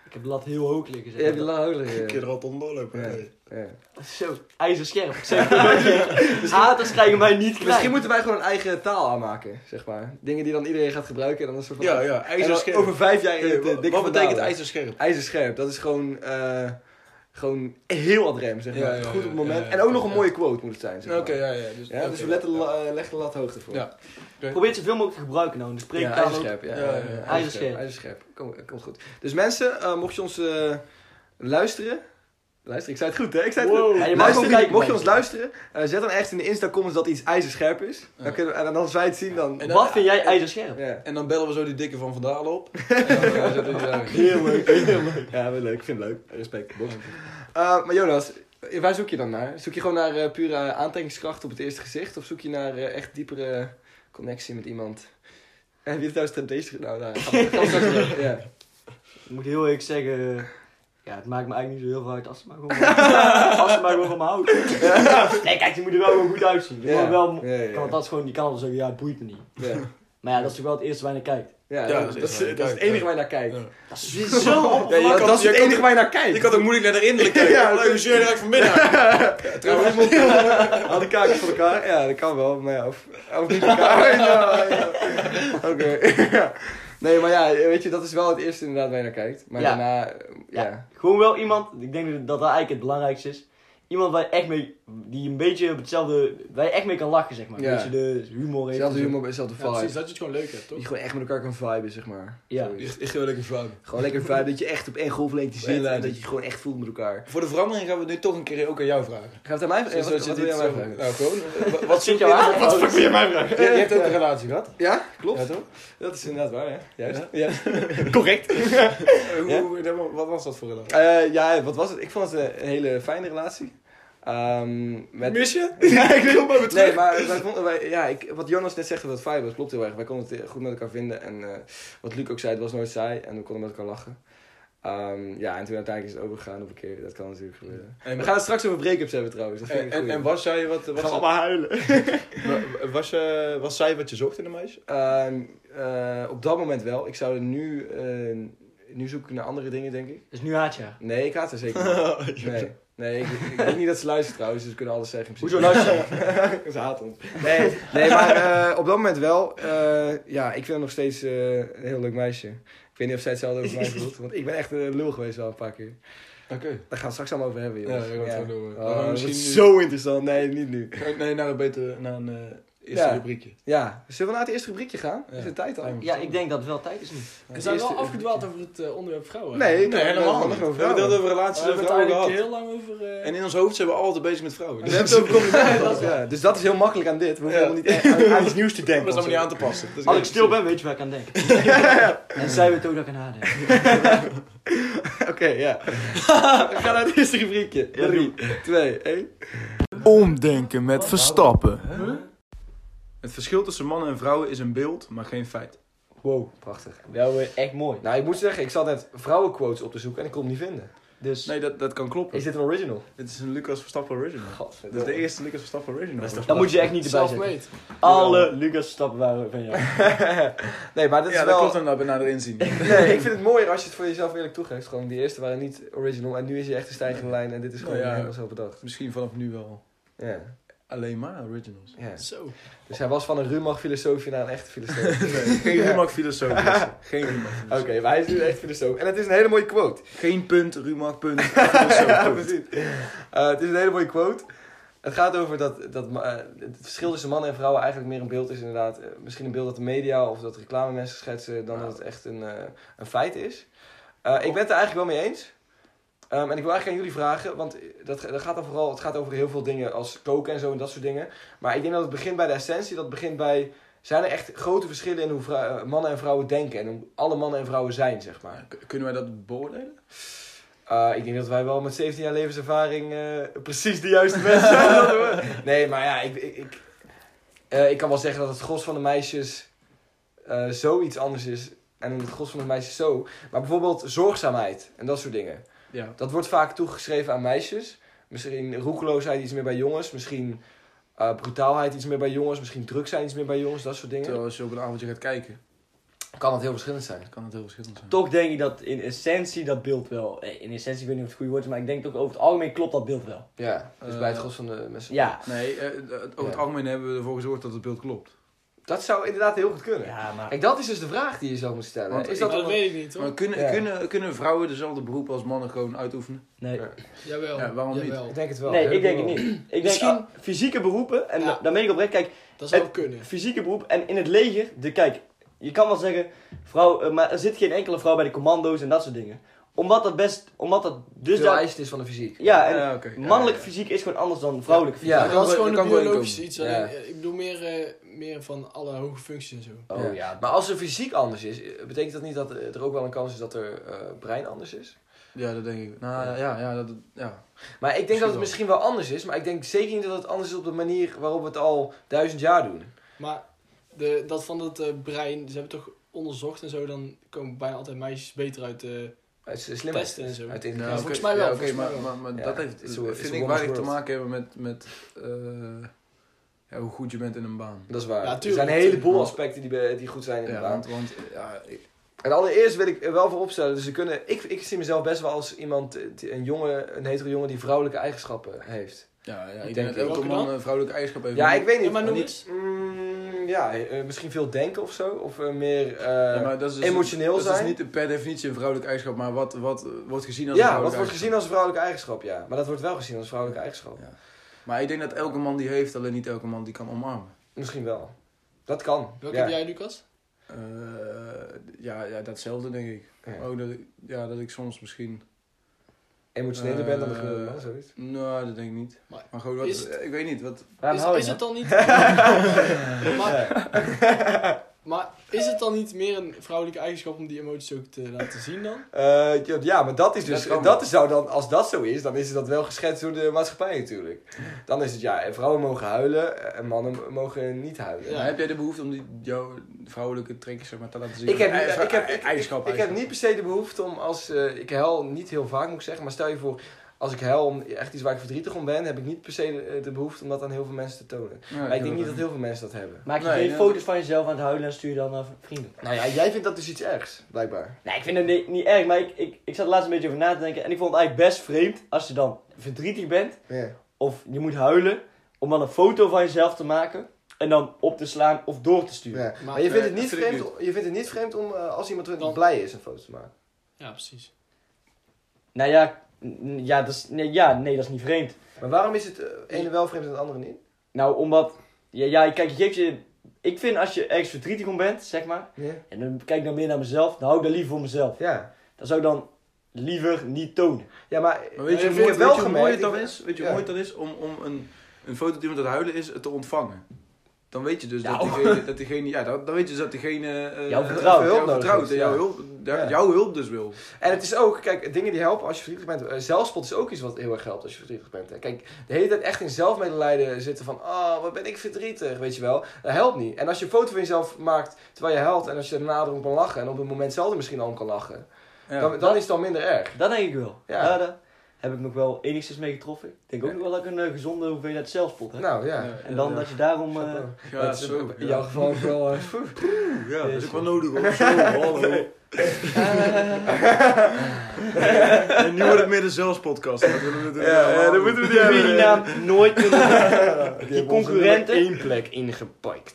ik heb de lat heel hoog liggen. Je hebt je Zeg maar. (laughs) laaghoudelijke... Ik kan er altijd onderlopen. Ja. nee. Ja. Zo, ijzerscherp. (laughs) Ik zeg het nooit meer. Haters krijgen mij niet klein. Misschien moeten wij gewoon een eigen taal aanmaken, zeg maar. Dingen die dan iedereen gaat gebruiken en dan een soort van... Ja, ja, En dan ijzerscherp. Over vijf jaar... in Eh, het, eh, wa- dikke wat betekent vandalen. ijzerscherp? Ijzerscherp, dat is gewoon... eh, gewoon heel ad rem, zeg maar. Ja, ja, ja, Goed op het moment. ja, ja, en ook nog een ja. mooie quote moet het zijn, zeg Oké, maar. ja, ja. Dus, Ja, dus oké. we letten, la- eh, leggen de lat hoogte voor. Ja. Probeer het zoveel mogelijk te gebruiken nou in de Ja, spreektaal. ook. ijzerscherp. Ja, Ja, ja, ja. Ijzerscherp. Ijzerscherp. Kom- Komt goed. Dus mensen, eh, mocht je ons eh, luisteren... Luister, ik zei het goed, hè? Ik zei het goed. Ja, je mag Luister, ook kijken, mocht je mensen. ons luisteren, eh, zet dan echt in de Insta-comments dat iets ijzerscherp is. Ja. Dan kunnen we, en als wij het zien, dan... En dan- Wat vind jij ijzerscherp? Ja, En dan bellen we zo die dikke van Vandalen (laughs) op. en dan eh, zetten we die daar. heel leuk. Heel leuk. Ja, wel leuk. Ik vind het leuk. Respect. Bob. Eh, maar Jonas, eh, waar zoek je dan naar? Zoek je gewoon naar eh, pure eh, aantrekkingskracht op het eerste gezicht? Of zoek je naar eh, echt diepere connectie met iemand? En wie het nou strategisch gedaan? Nou, daar gaan we- gaan we straks over. ja. Ik moet heel eerlijk zeggen, ja, het maakt me eigenlijk niet zo heel veel uit als ze maar (laughs) gewoon, als ze maar gewoon van me houdt. Nee, kijk, je moet er wel gewoon goed uitzien. Je Ja. moet wel, Ja, ja, ja. Want dat is gewoon, die kan altijd zeggen, ja, het boeit me niet. Ja, Maar ja, dat is toch wel het eerste waar je naar kijkt. ja, Ja, dat, is, dat is het kijk, enige ja. waar je naar kijkt. Ja. Dat is zo Ja, je- oppervlakkig. dat is het je kan- enige waar je naar kijkt. Je kan ook moeilijk naar de innerlijk kijken. Ja, (laughs) Ja, leuk, zeur direct vanmiddag. Ja, trouwens. Al die kakers van elkaar? Ja, dat kan wel. Maar ja, of, of niet elkaar. Ja, ja. Oké. (laughs) ja. Nee, maar ja, weet je, dat is wel het eerste inderdaad waar je naar kijkt. Maar Ja. daarna, eh, ja. Ja. Gewoon wel iemand, ik denk dat dat eigenlijk het belangrijkste is. Iemand waar je echt mee, die een beetje op hetzelfde, waar je echt mee kan lachen, zeg maar. Ja. Een beetje de humor heeft. Zelfde en zo. humor, dezelfde Ja, vibe. precies, dat je het gewoon leuk hebt, toch? die gewoon echt met elkaar kan viben, zeg maar. Ja. Zoiets. (laughs) Echt heel lekker vrouw. Gewoon lekker vibe, dat je echt op één golflengte zit en Inderdaad. dat je gewoon echt voelt met elkaar. Voor de verandering gaan we nu toch een keer ook aan jou vragen. Gaat het aan mij vragen? Wat, Zodat je wat wil dit jij mij zo- vragen? Nou, gewoon. (laughs) eh, wa- Wat Zit zit jou jou aan? aan? Wat voor je mij vragen? Je hebt ook een relatie gehad. Ja, klopt. Ja, toch? Dat is inderdaad waar, hè? Juist. Ja. Ja. Correct. Eh, Ja? Wat was dat voor relatie? Eh, ja, wat was het? Ik vond het een hele fijne relatie. Ehm, met... Mis je? Ja, ik wil maar weer terug. Nee, maar wij vonden, wij, ja, ik, wat Jonas net zegt over dat vibe, dat klopt heel erg. Wij konden het goed met elkaar vinden. En eh, wat Luc ook zei, het was nooit saai. En we konden met elkaar lachen. Ehm, ja, en toen uiteindelijk is het overgegaan op een keer. Dat kan natuurlijk gebeuren. En- we gaan het straks over break-ups hebben trouwens. Dat vind En, ik en, en was jij wat... Was, allemaal (laughs) huilen. wa- was, eh, was zij wat je zocht in een meisje? Ehm, eh, op dat moment wel. Ik zou er nu... eh, nu zoek ik naar andere dingen, denk ik. Dus nu haat je haar. Nee, ik haat haar (laughs) zeker niet. Oh, Nee, nee ik, ik denk niet dat ze luistert trouwens, dus we kunnen alles zeggen. in principe. Hoezo luisteren? (laughs) Ze haat ons. Nee, nee maar eh, op dat moment wel. eh, ja, ik vind haar nog steeds eh, een heel leuk meisje. Ik weet niet of zij hetzelfde over mij voelt. Want ik ben echt een lul geweest wel een paar keer. Oké. Daar gaan we het straks allemaal over hebben, jongens. Ja, daar gaan we het over hebben. Oh, Maar dat misschien wordt nu- zo interessant. Nee, niet nu. Nee, naar een beter... Naar een eh, eerste Ja. rubriekje. Ja, zullen we naar het eerste rubriekje gaan? Is het tijd al? Ja. Ja, ik denk dat het wel tijd is nu. We Het zijn wel eerste- afgedwaald over het eh, onderwerp vrouwen. Nee, we ik- nog niet. over We hebben het vrouwen. over relaties en hebben het vrouwen eigenlijk gehad. heel lang over... eh, En in ons hoofd zijn we altijd bezig met vrouwen. We Dus hebben het over dat complicaties. is ja, dus dat is heel makkelijk aan dit. We hoeven Ja. helemaal niet echt aan, aan iets nieuws te (laughs) dat denken. is allemaal niet of aan te passen. Dat is Als ik echt- stil ben, weet je waar ik aan denk. (laughs) en zij weet ook dat ik aan haar denk. zo. Oké, (laughs) ja. We gaan naar het eerste rubriekje. Ja, doe. 3, 2, 1. Omdenken met Verstappen. Het verschil tussen mannen en vrouwen is een beeld, maar geen feit. Wow, prachtig. Wel eh, echt mooi. Nou, ik moet zeggen, ik zat net vrouwenquotes op te zoeken en ik kon hem niet vinden. Dus Nee, dat, dat kan kloppen. Is dit een original? Dit is een Lucas Verstappen original. Dat is de (laughs) eerste Lucas Verstappen original. Dat is toch dan moet je echt niet erbij zitten. Self-made. Alle Lucas stappen waren van (laughs) jou. nee, maar dat is ja, dat wel... klopt dan dat nader inzien. (laughs) Nee, ik vind het mooier als je het voor jezelf eerlijk toegeeft. Gewoon, die eerste waren niet original en nu is je echt een stijgende lijn en dit is gewoon Nou ja. helemaal zo bedacht. (laughs) Misschien vanaf nu wel Ja, alleen maar (laughs) originals. ja. Zo. Dus hij was van een rumach filosoofje naar een echte filosoof. (laughs) Geen Rumach filosoof. is. Geen Rumach filosoof. Oké, maar hij is nu echt filosoof. En het is een hele mooie quote. Geen punt, Rumach (laughs) punt. filosoof, Ja, punt. precies. Eh, het is een hele mooie quote. Het gaat over dat, dat ma- eh, het verschil tussen mannen en vrouwen eigenlijk meer een beeld is inderdaad. Eh, misschien een beeld dat de media of dat reclame mensen schetsen dan dat het echt een, eh, een feit is. Eh, ik ben het er eigenlijk wel mee eens. Ehm, en ik wil eigenlijk aan jullie vragen, want dat, dat gaat dan vooral, het gaat over heel veel dingen als koken en zo en dat soort dingen. Maar ik denk dat het begint bij de essentie, dat het begint bij, zijn er echt grote verschillen in hoe vrou- eh, mannen en vrouwen denken en hoe alle mannen en vrouwen zijn, zeg maar. K- Kunnen wij dat beoordelen? Eh, ik denk dat wij wel met 17 jaar levenservaring eh, precies de juiste mensen zijn. dat we- (laughs) Nee, maar ja, ik, ik, ik, eh, ik kan wel zeggen dat het gros van de meisjes eh, zoiets anders is. En het gros van de meisjes zo. Maar bijvoorbeeld zorgzaamheid en dat soort dingen. Ja. Dat wordt vaak toegeschreven aan meisjes. Misschien roekeloosheid iets meer bij jongens. Misschien eh, brutaalheid iets meer bij jongens. Misschien druk zijn iets meer bij jongens. Dat soort dingen. Terwijl als je op een avondje gaat kijken, Kan het heel verschillend zijn. kan het heel verschillend zijn. Toch denk ik dat in essentie dat beeld wel. eh, In essentie, ik weet niet of het goede woord is, maar ik denk toch over het algemeen klopt dat beeld wel. Ja, dus bij het Eh, gros van de mensen. Ja. Nee, eh, eh, over het Ja. algemeen hebben we ervoor gezorgd dat het beeld klopt. Dat zou inderdaad heel goed kunnen. Ja, maar. Kijk, dat is dus de vraag die je zou moet stellen. Want is ik- dat Dat, dan- weet ik niet, hoor. Maar kunnen, Ja. kunnen, kunnen vrouwen dezelfde beroep als mannen gewoon uitoefenen? Nee. Jawel. Ja, waarom niet? jawel. Ik denk het wel. Nee, Heel ik denk het veel. niet. Ik denk Misschien- ah, fysieke beroepen, en Ja. da- daar ben ik oprecht. Kijk, Dat zou Het- kunnen. fysieke beroep en in het leger, de, kijk, je kan wel zeggen, vrouw, eh, maar er zit geen enkele vrouw bij de commando's en dat soort dingen. Omdat dat best, omdat dat dus Dus daar- de eist is van de fysiek. Ja, en Ja, oké. Ja, mannelijke ja, ja. fysiek is gewoon anders dan vrouwelijke fysiek. Ja, Ja, dat dat is kan gewoon wel- een kan wel biologisch inkomen. iets. Ja. alleen, eh, Ik bedoel meer, eh, meer van alle hoge functies en zo. Oh ja. Maar als er fysiek anders is, eh, betekent dat niet dat eh, er ook wel een kans is dat er eh, brein anders is? Ja, dat denk ik. Nou ja, ja, dat, ja. Maar ik denk dat het Misschien wel. misschien wel anders is, maar ik denk zeker niet dat het anders is op de manier waarop we het al duizend jaar doen. Maar de, dat van dat eh, brein, ze hebben toch onderzocht en zo, dan komen bijna altijd meisjes beter uit eh. de Uit s- slimheid. testen en zo. eh, Uit Ja, intelligentie. oké. volgens mij wel, Ja, oké, volgens maar, mij wel. maar, maar Ja, dat heeft, it's a- it's vind a ik, waar woman's te world. maken hebben met, met eh, ja, hoe goed je bent in een baan. Dat is waar. Ja, er tuurlijk, zijn een heleboel tuurlijk. aspecten die, be- die goed zijn in de Ja, baan. want, want eh, ja, ik- En allereerst wil ik er wel voor opstellen, dus we kunnen, ik, ik zie mezelf best wel als iemand, eh, die- een jongen, een hetero jongen die vrouwelijke eigenschappen heeft. ja, ja, ik denk denk ik. dat elke Welke man dan? een vrouwelijke eigenschap heeft. Ja, ik weet Ja, niet. maar noem niet- eens. Mm, ja, eh, misschien veel denken of zo. Of eh, meer eh, Ja, maar dat is dus- emotioneel dat zijn. is niet per definitie een vrouwelijke eigenschap, maar wat, wat eh, wordt gezien als een ja, wat vrouwelijke wordt gezien als een vrouwelijke eigenschap, ja. Maar dat wordt wel gezien als een vrouwelijke eigenschap. eigenschap. Maar ik denk dat elke man die heeft, alleen niet elke man die kan omarmen. Misschien wel. Dat kan. Welke ja. heb jij, Lucas? Eh, ja, ja, datzelfde denk ik. Ja. Ook dat ik, ja, dat ik soms misschien... Emotioneler bent dan de Eh, gemiddelde man, (laughs) zoiets. Nou, dat denk ik niet. Maar Maar gewoon, wat, is ik weet niet, wat, Waarom Is, hou je is het dat? dan niet... maar, maar is het dan niet meer een vrouwelijke eigenschap om die emoties ook te laten zien dan? Eh, ja, ja, maar dat is dus... Dat kan Dat, zou dan, als dat zo is, dan is dat wel geschetst door de maatschappij natuurlijk. Dan is het, ja, en vrouwen mogen huilen eh, en mannen mogen niet huilen. Ja. Maar heb jij de behoefte om die, jouw vrouwelijke trekjes zeg maar, te laten zien? Ik heb, Eh, vrou- ik, heb, ik, eigenschap, ik heb niet per se de behoefte om als... eh, ik huil niet heel vaak, moet ik zeggen. Maar stel je voor, als ik huil om echt iets waar ik verdrietig om ben... heb ik niet per se de, de behoefte om dat aan heel veel mensen te tonen. Ja, maar ik denk niet dat ook heel veel mensen dat hebben. Maak je Nee, geen nee, foto's van jezelf aan het huilen en stuur je dan naar vrienden. Nou ja, jij vindt dat dus iets ergs, blijkbaar. Nee, ik vind het niet, niet erg, maar ik, ik, ik zat er laatst een beetje over na te denken. En ik vond het eigenlijk best vreemd als je dan verdrietig bent of je moet huilen. Om dan een foto van jezelf te maken en dan op te slaan of door te Ja. sturen. Maar, je, vindt het nee, niet dat vind ik vreemd, je vindt het niet vreemd om eh, als iemand terug Dan- blij is een foto te maken. Ja, precies. Nou ja, n- ja, dat is, nee, ja, nee, dat is niet vreemd. Maar waarom is het eh, ene wel vreemd en het andere niet? Nou, omdat... Ja, ja kijk, je geeft je... Ik vind als je ergens verdrietig om bent, zeg maar... Ja. En dan kijk ik dan meer naar mezelf. Dan hou ik dat liever voor mezelf. Ja, Dan zou ik dan liever niet tonen. maar, Maar weet je, ik hoe- heb weet Eh, wel je hoe mooi gemerkt- het dan is? Weet je hoe Ja. mooi het dan is om, om een, een foto die iemand aan het huilen is te ontvangen? Dan weet je dus Ja, dat, diegene, dat diegene... Ja, dan, dan weet je dus dat diegene... eh, Jou eh, vertrouwt. jou Hulp nodig vertrouwt heeft, en jouw ja. hulp, ja, Ja. jouw hulp dus wil. En het is ook, kijk, dingen die helpen als je verdrietig bent. Eh, Zelfspot is ook iets wat heel erg helpt als je verdrietig bent. hè. Kijk, de hele tijd echt in zelfmedelijden zitten van, ah, wat ben ik verdrietig, weet je wel. Dat helpt niet. En als je een foto van jezelf maakt terwijl je huilt en als je daarna erom kan lachen en op het moment zelf er misschien al om kan lachen, Ja. dan, dan is het al minder erg. Dat denk ik wel. Ja. Ja. daar heb ik nog wel enigszins mee getroffen. Ik denk ook nog wel dat ik een eh, gezonde hoeveelheid zelfspot heb. Nou ja. Ja, en dan ja. dat je daarom... eh, Chapeau. Ja, Dat is zo. in jouw Ja, geval ook wel. eh, ja dat is ook wel nodig hoor. Zo, hallo. eh, (laughs) (laughs) En nu wordt het meer de zelfspodcast. Dat willen we natuurlijk helemaal niet. we Ik wil die naam nooit kunnen... Die concurrenten. één plek ingepakt.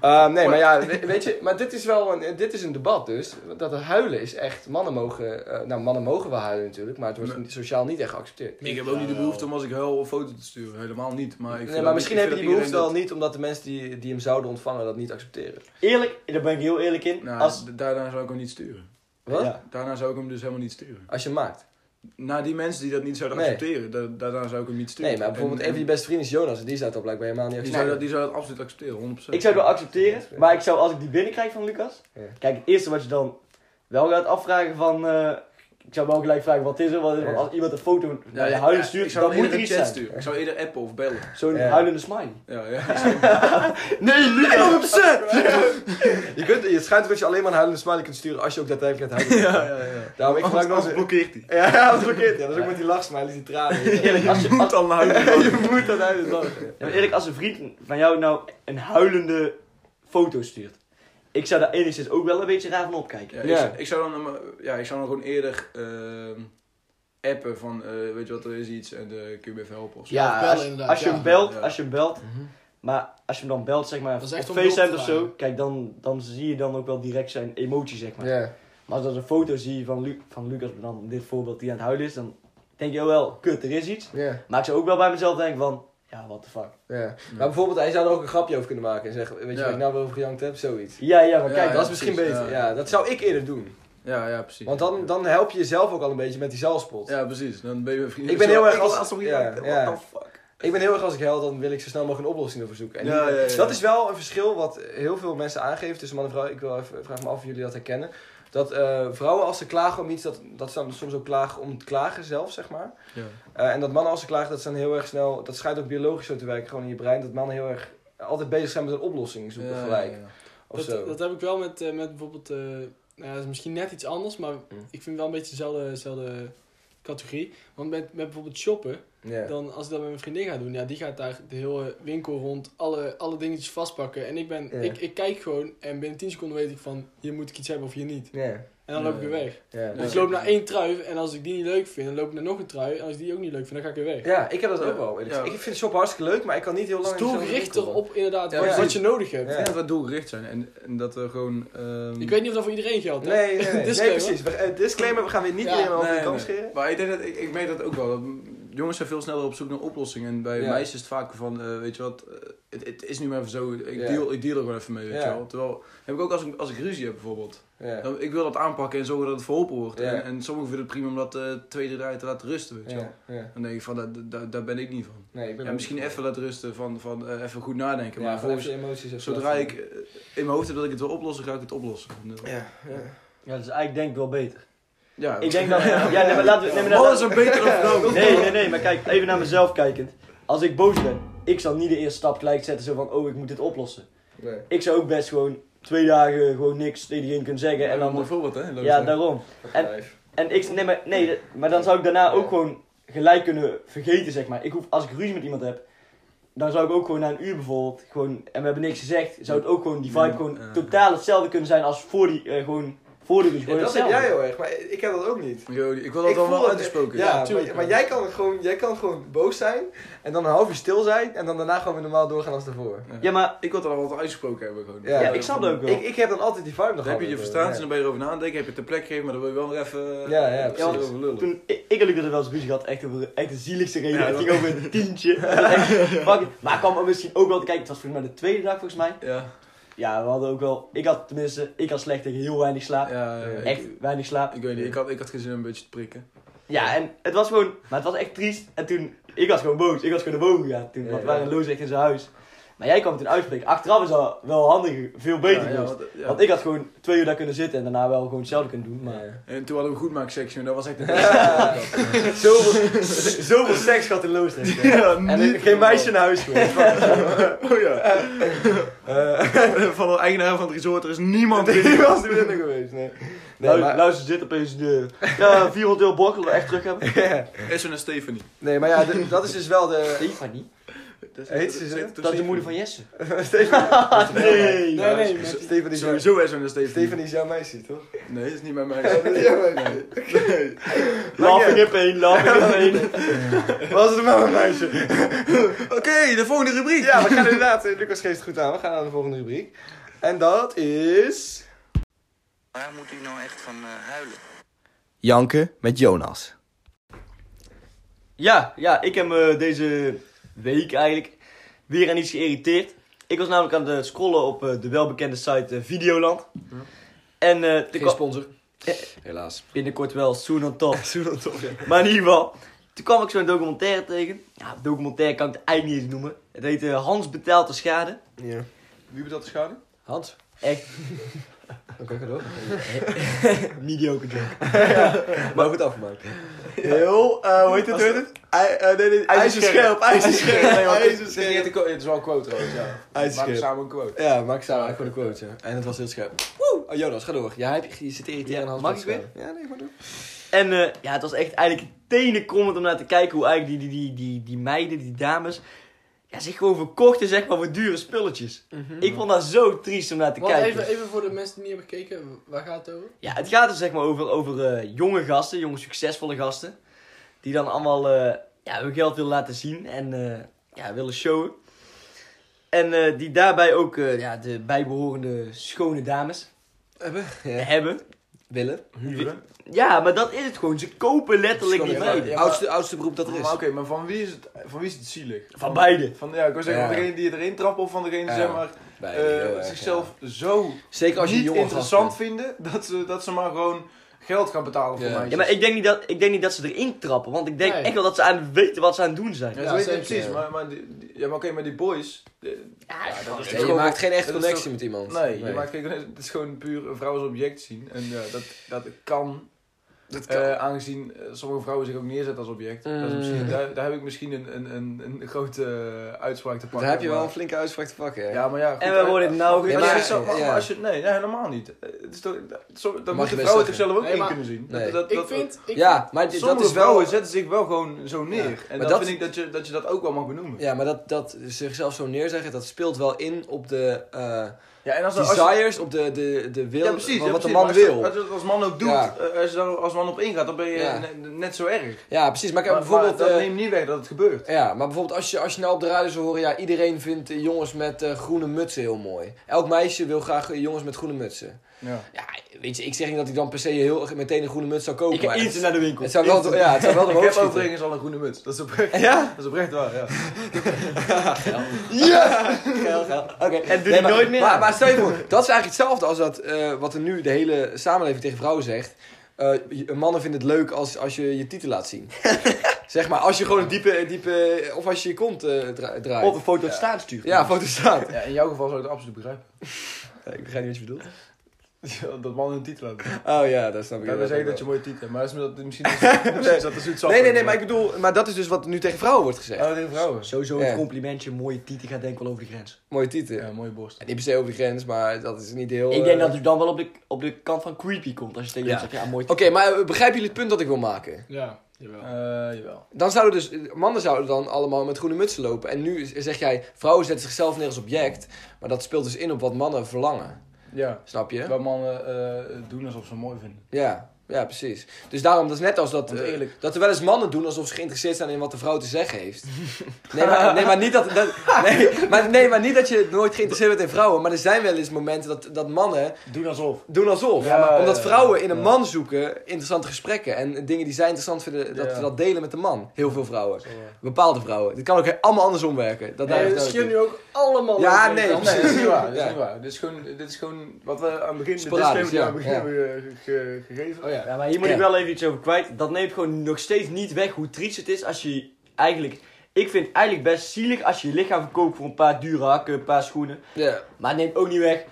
Ehm, nee, maar ja, we- weet je, maar dit is wel een, dit is een debat dus. Dat het huilen is echt, mannen mogen, eh, nou mannen mogen wel huilen natuurlijk, maar het wordt Nee. sociaal niet echt geaccepteerd. Ik heb ook niet de behoefte om als ik huil een foto te sturen. Helemaal niet. Maar, ik vind Nee, dat- maar misschien ik heb vind je dat die behoefte iedereen wel niet, omdat de mensen die, die hem zouden ontvangen dat niet accepteren. Eerlijk, daar ben ik heel eerlijk in. dat- Nou, als, d- daarna zou ik hem niet sturen. Wat? Ja. Daarna zou ik hem dus helemaal niet sturen. Als je hem maakt. naar die mensen die dat niet zouden Nee. accepteren. Da daarna zou ik hem niet sturen. Nee, maar bijvoorbeeld En- een van je beste vrienden is Jonas. En die zou dat blijkbaar helemaal niet Die accepteren. zou, dat, die zou dat absoluut accepteren, 100%. Ik zou het wel accepteren, Ja. maar ik zou als ik die binnenkrijg van Lucas. Ja. Kijk, het eerste wat je dan wel gaat afvragen van. eh, ik zou wel gelijk vragen wat is er, wat is er, want Ja. als iemand een foto naar je ja, huilen ja, ik stuurt, zou dan hem moet er eerder iets een chat zijn. sturen. Ik zou eerder appen of bellen. Zo'n Ja. huilende smiley. Ja, ja. Nee, Lucas! (laughs) Je kunt, het schijnt dat je alleen maar een huilende smiley kunt sturen als je ook daadwerkelijk gaat (laughs) huilen. ja, ja, ja. Daarom, ik gebruik nog Anders eens... blokkeert hij. Ja, (laughs) ja, dat is verkeerd. Ja, dat is ook met die lachsmileys, die tranen. (laughs) Eerlijk, als je, als, Moet al naar huis. Je moet dat uit ja, maar eerlijk, als een vriend van jou nou een huilende foto stuurt, ik zou daar enigszins ook wel een beetje raar van opkijken. Ja, Ja. Ik, ik zou dan, eh, ja, ik zou dan gewoon eerder ehm, appen van, eh, weet je wat, er is iets en eh, kun je me even helpen of zo. Ja, bellen als, inderdaad, als je ja. Mhm. hem belt, Ja. als je hem belt, maar als je hem dan belt, zeg maar, Dat is op echt om hulp te FaceTime of zo, vragen. kijk, dan, dan zie je dan ook wel direct zijn emotie, zeg maar. Ja. Maar als dat een foto zie van, Lu van Lucas, dan in dit voorbeeld, die aan het huilen is, dan denk je oh wel, kut, er is iets. Ja, Maar ik zou ook wel bij mezelf denken van, ja, what the fuck. ja. Maar bijvoorbeeld, hij zou er ook een grapje over kunnen maken en zeggen, weet je Ja. wat ik nou wel over gejankt heb? Zoiets. Ja, ja, maar Ja, kijk, dat is misschien precies, beter. ja. Ja. dat zou ik eerder doen. ja, ja, precies. Want dan, dan help je jezelf ook al een beetje met die zaalspot. Ja, precies. Dan ben je mijn vriend. Ik ben heel erg als... als- Ik was nog ja, iemand. ja. What the fuck? Ik ben heel erg als ik hel, dan wil ik zo snel mogelijk een oplossing ervoor zoeken. En Ja, die- ja, ja. Dat is wel een verschil wat heel veel mensen aangeven tussen man en vrouw. Ik wil even, vraag me af of jullie dat herkennen. Dat eh, vrouwen als ze klagen om iets, dat, dat ze dan soms ook klagen om het klagen zelf, zeg maar. Ja. Eh, en dat mannen als ze klagen, dat ze dan heel erg snel... Dat schijnt ook biologisch zo te werken, gewoon in je brein. Dat mannen heel erg altijd bezig zijn met een oplossing zoeken Ja, gelijk. ja, ja. Of dat, zo. dat heb ik wel met, eh, met bijvoorbeeld, eh, nou ja, dat is misschien net iets anders, maar ik vind het wel een beetje dezelfde, dezelfde categorie. Want met, met bijvoorbeeld shoppen, Ja. dan als ik dat met mijn vriendin ga doen, ja, die gaat daar de hele winkel rond, alle, alle dingetjes vastpakken. En ik, ben, Ja. ik, ik kijk gewoon en binnen 10 seconden weet ik van, hier moet ik iets hebben of hier niet. Ja. En dan loop ik Ja. weer weg. Ja. Ja. Dus ik loop naar één trui en als ik die niet leuk vind, dan loop ik naar nog een trui. En als ik die ook niet leuk vind, dan ga ik weer weg. Ja, ik heb dat ook Ja. wel. eerlijk Ja. gezegd. Ik vind shop hartstikke leuk, maar ik kan niet heel Dus lang... in dezelfde doelgerichter winkel op inderdaad Ja, wat, precies. wat je nodig hebt. Ja. Ik denk dat we doelgericht zijn en, en dat we gewoon... ehm, Ik weet niet of dat voor iedereen geldt. van. hè? Nee, nee, nee. nee Disclaimer. precies. We, eh, disclaimer, we gaan weer niet Ja. iedereen over Nee, de kam nee. scheren. Maar ik denk dat, ik, ik merk dat ook wel. Dat m- jongens zijn veel sneller op zoek naar oplossingen. En bij Ja. meisjes is het vaker van, eh, weet je wat, eh, het, het is nu maar even zo. Ik, Ja. deal, ik deal er gewoon even mee, weet Ja. je wel. Terwijl, heb ik ook als ik, als ik ruzie heb bijvoorbeeld. Ja. Dan, ik wil dat aanpakken en zorgen dat het verholpen wordt. Ja. En, en sommigen vinden het prima om dat eh, twee, drie dagen te laten rusten, weet je wel. Ja, ja. Dan denk ik van, dat- dat- daar ben ik niet van. Nee, ik ben Ja, ook misschien niet- even laten rusten, van, van eh, even goed nadenken. Ja, maar van even volgens, je emoties even zodra laten- ik eh, in mijn hoofd heb dat ik het wil oplossen, ga ik het oplossen. eh, Ja, ja. Ja, dat is eigenlijk denk ik wel beter. Ja, Ik denk dat, ja, nee, maar laten we, nee, maar laten we- Alles een betere vrouw. Nee, nee, nee, maar kijk, even naar mezelf kijkend. Als ik boos ben, ik zal niet de eerste stap gelijk zetten zo van, oh, ik moet dit oplossen. Nee. Ik zou ook best gewoon twee dagen gewoon niks tegen diegene kunnen zeggen en dan... bijvoorbeeld, hè? leuk, Ja, hè? daarom. En- Lijf. En ik, nee, maar, nee, dat- maar dan zou ik daarna ook gewoon gelijk kunnen vergeten, zeg maar. Ik hoef, als ik ruzie met iemand heb, dan zou ik ook gewoon na een uur bijvoorbeeld, gewoon, en we hebben niks gezegd, zou het ook gewoon, die vibe Ja, gewoon ja. totaal hetzelfde kunnen zijn als voor die, eh, gewoon, voor de ruzie. Ja, Gewoon dat heb hetzelfde. jij heel erg, maar ik heb dat ook niet. Yo, ik wil dat Ik dan voel wel het- uitgesproken. Ja, tuurlijk. maar, maar jij, kan gewoon, jij kan gewoon boos zijn en dan een half uur stil zijn en dan daarna gewoon weer normaal doorgaan als daarvoor. Ja, maar, Ik wil dat al wat uitgesproken hebben gewoon. Ja. ja, ik snap dat ook wel. Ik, ik heb dan altijd die vibe nog Dan heb je je altijd, frustratie en eh, dan ben je erover na aan het denken. Heb je het ter plek gegeven, maar dan wil je wel nog even Ja, ja, eh, precies. erover lullen. Toen ik ik en Luc dat er wel eens ruzie had, echt over echt de zieligste reden. Ja, het dat- ging over een (laughs) tientje. Echt, fuck. maar ik kwam ook misschien ook wel te kijken. Het was volgens mij de tweede dag volgens mij. Ja, Ja, we hadden ook wel. Ik had tenminste, ik had slecht tegen heel weinig slaap. ja, ja, Ja. ik- echt weinig slaap. Ik weet niet, ik had, ik had geen zin om een beetje te prikken. Ja, en het was gewoon, maar het was echt triest. En toen, ik was gewoon boos. Ik was gewoon naar boven gegaan toen. Ja, Want we ja. waren loos echt in zijn huis. Maar jij kwam toen uitspreken. Achteraf is dat wel handig, veel beter ja, ja, geweest. want- ja. Want ik had gewoon twee uur daar kunnen zitten en daarna wel gewoon hetzelfde kunnen doen. Maar... En toen hadden we een goedmaaksection en dat was echt een... (laughs) ja. Zoveel- Zoveel seks gaat in Loos. denk ik. en ik- geen meisje naar huis gewoon. (laughs) Oh (laughs) ja. Eh, van de eigenaar van het resort, er is (laughs) niemand (laughs) Die was er binnen geweest, (laughs) nee. Nee, Lu- maar, Luister, zit opeens de ja, 400 euro borkel dat we echt terug hebben. Essen en Stephanie. nee, maar ja, d- dat is dus wel de... Stefanie? Heet ze zo? Dat is de moeder van Jesse. Steven, Nee. Nee, nee, Ja, met- Steven is jouw, Sowieso Essen en Steven Stephanie. is jouw meisje, toch? Nee, dat is niet mijn (laughs) Ja, meisje. dat is jouw meisje. Laughing in pain, laughing in pain. Was het maar mijn (laughs) meisje? Oké, de volgende rubriek. Ja, we gaan inderdaad, eh, Lucas geeft het goed aan. We gaan naar de volgende rubriek. En dat is... Waar moet u nou echt van eh, huilen? Janken met Jonas. Ja, ja, ik heb me deze week eigenlijk weer aan iets geïrriteerd. Ik was namelijk aan het scrollen op eh, de welbekende site eh, Videoland. En eh, er kwam- sponsor. Helaas. Binnenkort wel, soon on (laughs) top. Zo dan toch, ja. Maar in ieder geval, toen kwam ik zo'n documentaire tegen. Ja, documentaire kan ik het eigenlijk niet eens noemen. Het heette Hans betaalt de schade. Ja. Wie betaalt de schade? Hans? Echt (laughs) Oké, ga door. mediocre joke. Maar goed afgemaakt. Heel, eh, hoe heet het, hoe heet het? I- eh, nee, nee, ijzerscherp, ijzerscherp. Nee, want het- Het is, niet echt een quote, het is wel een quote trouwens, ja. We maken samen een quote. Ja, maak samen eigenlijk gewoon een quote, ja. En het was heel scherp. Woe! Oh, Jonas, ga door. Ja, heb je, je zit irriteren aan Hans. mag ik Botschouw. Ja, nee, maar door. En eh, ja, het was echt eigenlijk tenen om naar te kijken hoe eigenlijk die, die, die, die, die meiden, die dames, ja, zich gewoon verkochten zeg maar voor dure spulletjes. Ik vond dat zo triest om naar te Want kijken. even, even voor de mensen die niet hebben gekeken, waar gaat het over? Ja, het gaat dus zeg maar over, over eh, jonge gasten, jonge succesvolle gasten. Die dan allemaal eh, ja, hun geld willen laten zien en eh, ja, willen showen. En eh, die daarbij ook eh, ja, de bijbehorende schone dames Hebben? Ja. hebben. Willen? Huren. Ja, maar dat is het gewoon. Ze kopen letterlijk Schone die vrouw. meiden. Ja, Oudste, oudste beroep dat er Maar is. oké, maar van wie, is het, van wie is het zielig? Van beide. Van, ja, ik wil zeggen, Ja. van degene die erin trappen of van degene, Ja. zeg maar, Bij- eh, heel erg, zichzelf zo ja. Zeker als je niet een jonge gast interessant bent. vinden dat ze, dat ze maar gewoon geld gaan betalen voor Ja. meisjes. Ja, maar ik denk, niet dat, ik denk niet dat ze erin trappen. Want ik denk Nee. echt wel dat ze aan weten wat ze aan het doen zijn. Ja, Ja, ze weten zeker, precies, ja. maar, maar, die, die- ja, maar oké, maar die boys... eh, ja, dat is Ja, je gewoon- maakt geen echte dat is connectie toch- met iemand. Nee, je maakt geen, het is gewoon puur een vrouw als object zien. En ja, dat, dat kan, Dat kan. eh, aangezien eh, sommige vrouwen zich ook neerzetten als object. Dat is misschien, Mm. daar, daar heb ik misschien een, een, een, een grote eh, uitspraak te pakken. Daar heb je wel een maar- flinke uitspraak te pakken, hè. Ja, maar ja. goed, En eh, we worden het nou Ja, maar, maar- als je zo- maar- ja. maar als je, nee, nee, helemaal niet. Eh, Het is toch, dat, zo, dan Mag je moeten best vrouwen zeggen. het zelf ook Nee, in maar- kunnen zien. Nee. Ik vind, ik, Ja, maar dit- sommige dat is wel... vrouwen zetten zich wel gewoon zo neer. En Maar dan dat- vind ik dat je, dat je dat ook wel mag benoemen. Ja, Ja, maar dat, dat zichzelf zo neerzeggen, dat speelt wel in op de eh, en als, als, je- desires, op de, de, de wil, ja, precies, wat ja, wat de man precies. Maar als je- wil. Als je dat als man ook doet, Ja. eh, als je daar als man op ingaat, dan ben je Ja. ne- net zo erg. Ja, precies. Maar ik heb Maar, bijvoorbeeld... maar dat eh, neemt niet weg dat het gebeurt. Ja, maar bijvoorbeeld als je, als je nou op de radio zou horen, ja, iedereen vindt eh, jongens met eh, groene mutsen heel mooi. Elk meisje wil graag eh, jongens met groene mutsen. Ja. Ja, weet je, ik zeg niet dat ik dan per se heel meteen een groene muts zou kopen. Ik ga maar iets het, naar de winkel. het zou wel, ja, het zou wel de (laughs) Ik heb hoofd schieten. overigens al een groene muts. Dat is oprecht, Ja? dat is oprecht waar, ja. Geil, geil. Oké. En doe Nee, die maar- nooit meer Maar, aan. maar stel je voor, dat is eigenlijk hetzelfde als dat, eh, wat er nu de hele samenleving tegen vrouwen zegt. Eh, je- mannen vinden het leuk als, als je je titel laat zien. zeg maar, als je gewoon een diepe, diepe of als je je kont eh, dra- draait. Of een foto staan sturen. Ja, foto (laughs) staat. ja. In jouw geval zou ik het absoluut (laughs) begrijpen. Ja, ik begrijp niet wat je bedoelt. Dat mannen een titel hebben. Oh ja, dat snap ik. Ja, we inderdaad zeggen ook dat je wel. een mooie titel hebt, maar is me dat misschien (laughs) misschien is dat een zoet Nee, nee, nee, maar ik bedoel, maar dat is dus wat nu tegen vrouwen wordt gezegd. Oh, tegen vrouwen. Sowieso Ja. een complimentje, een mooie titel gaat denk ik wel over de grens. Mooie titel. Ja, mooie borst. Niet per se over de grens, maar dat is niet heel... ik denk eh, dat u dan wel op de, op de kant van creepy komt als je tegen Ja. hem zegt, ja, mooi Oké, maar eh, begrijpen jullie het punt dat ik wil maken? Ja, jawel. Eh, jawel. Dan zouden dus, eh, mannen zouden dan allemaal met groene mutsen lopen. En nu z- zeg jij, vrouwen zetten zichzelf neer als object. Maar dat speelt dus in op wat mannen verlangen. Ja. Snap je? Waar mannen eh, doen alsof ze het mooi vinden. Ja, ja precies. Dus daarom, dat is net als dat... Want eh, eerlijk- dat er wel eens mannen doen alsof ze geïnteresseerd zijn in wat de vrouw te zeggen (laughs) heeft. Nee, maar, nee, maar, niet, dat, dat, nee, maar, nee, maar niet dat je nooit geïnteresseerd bent in vrouwen. Maar er zijn wel eens momenten dat, dat mannen Doen alsof. doen alsof. Ja, maar- Omdat vrouwen in een ja. man zoeken interessante gesprekken. En dingen die zij interessant vinden, dat Ja. ze dat delen met de man. Heel veel vrouwen. Bepaalde vrouwen. Dit kan ook he- allemaal andersom werken. Dat daar Nee, is dat nodig. scheelt nu ook allemaal. Ja, over. nee, Nee, dat is niet waar. Dat is Ja. niet waar. Dit is gewoon, dit is gewoon wat we aan het begin, de Sporadisch, disclaimer die we aan het begin ja. hebben ge- ge- gegeven. Oh ja. Ja, maar hier moet Ja. ik wel even iets over kwijt. Dat neemt gewoon nog steeds niet weg hoe triest het is als je eigenlijk... Ik vind het eigenlijk best zielig als je je lichaam verkoopt voor een paar dure hakken, een paar schoenen. Ja. Maar het neemt ook niet weg...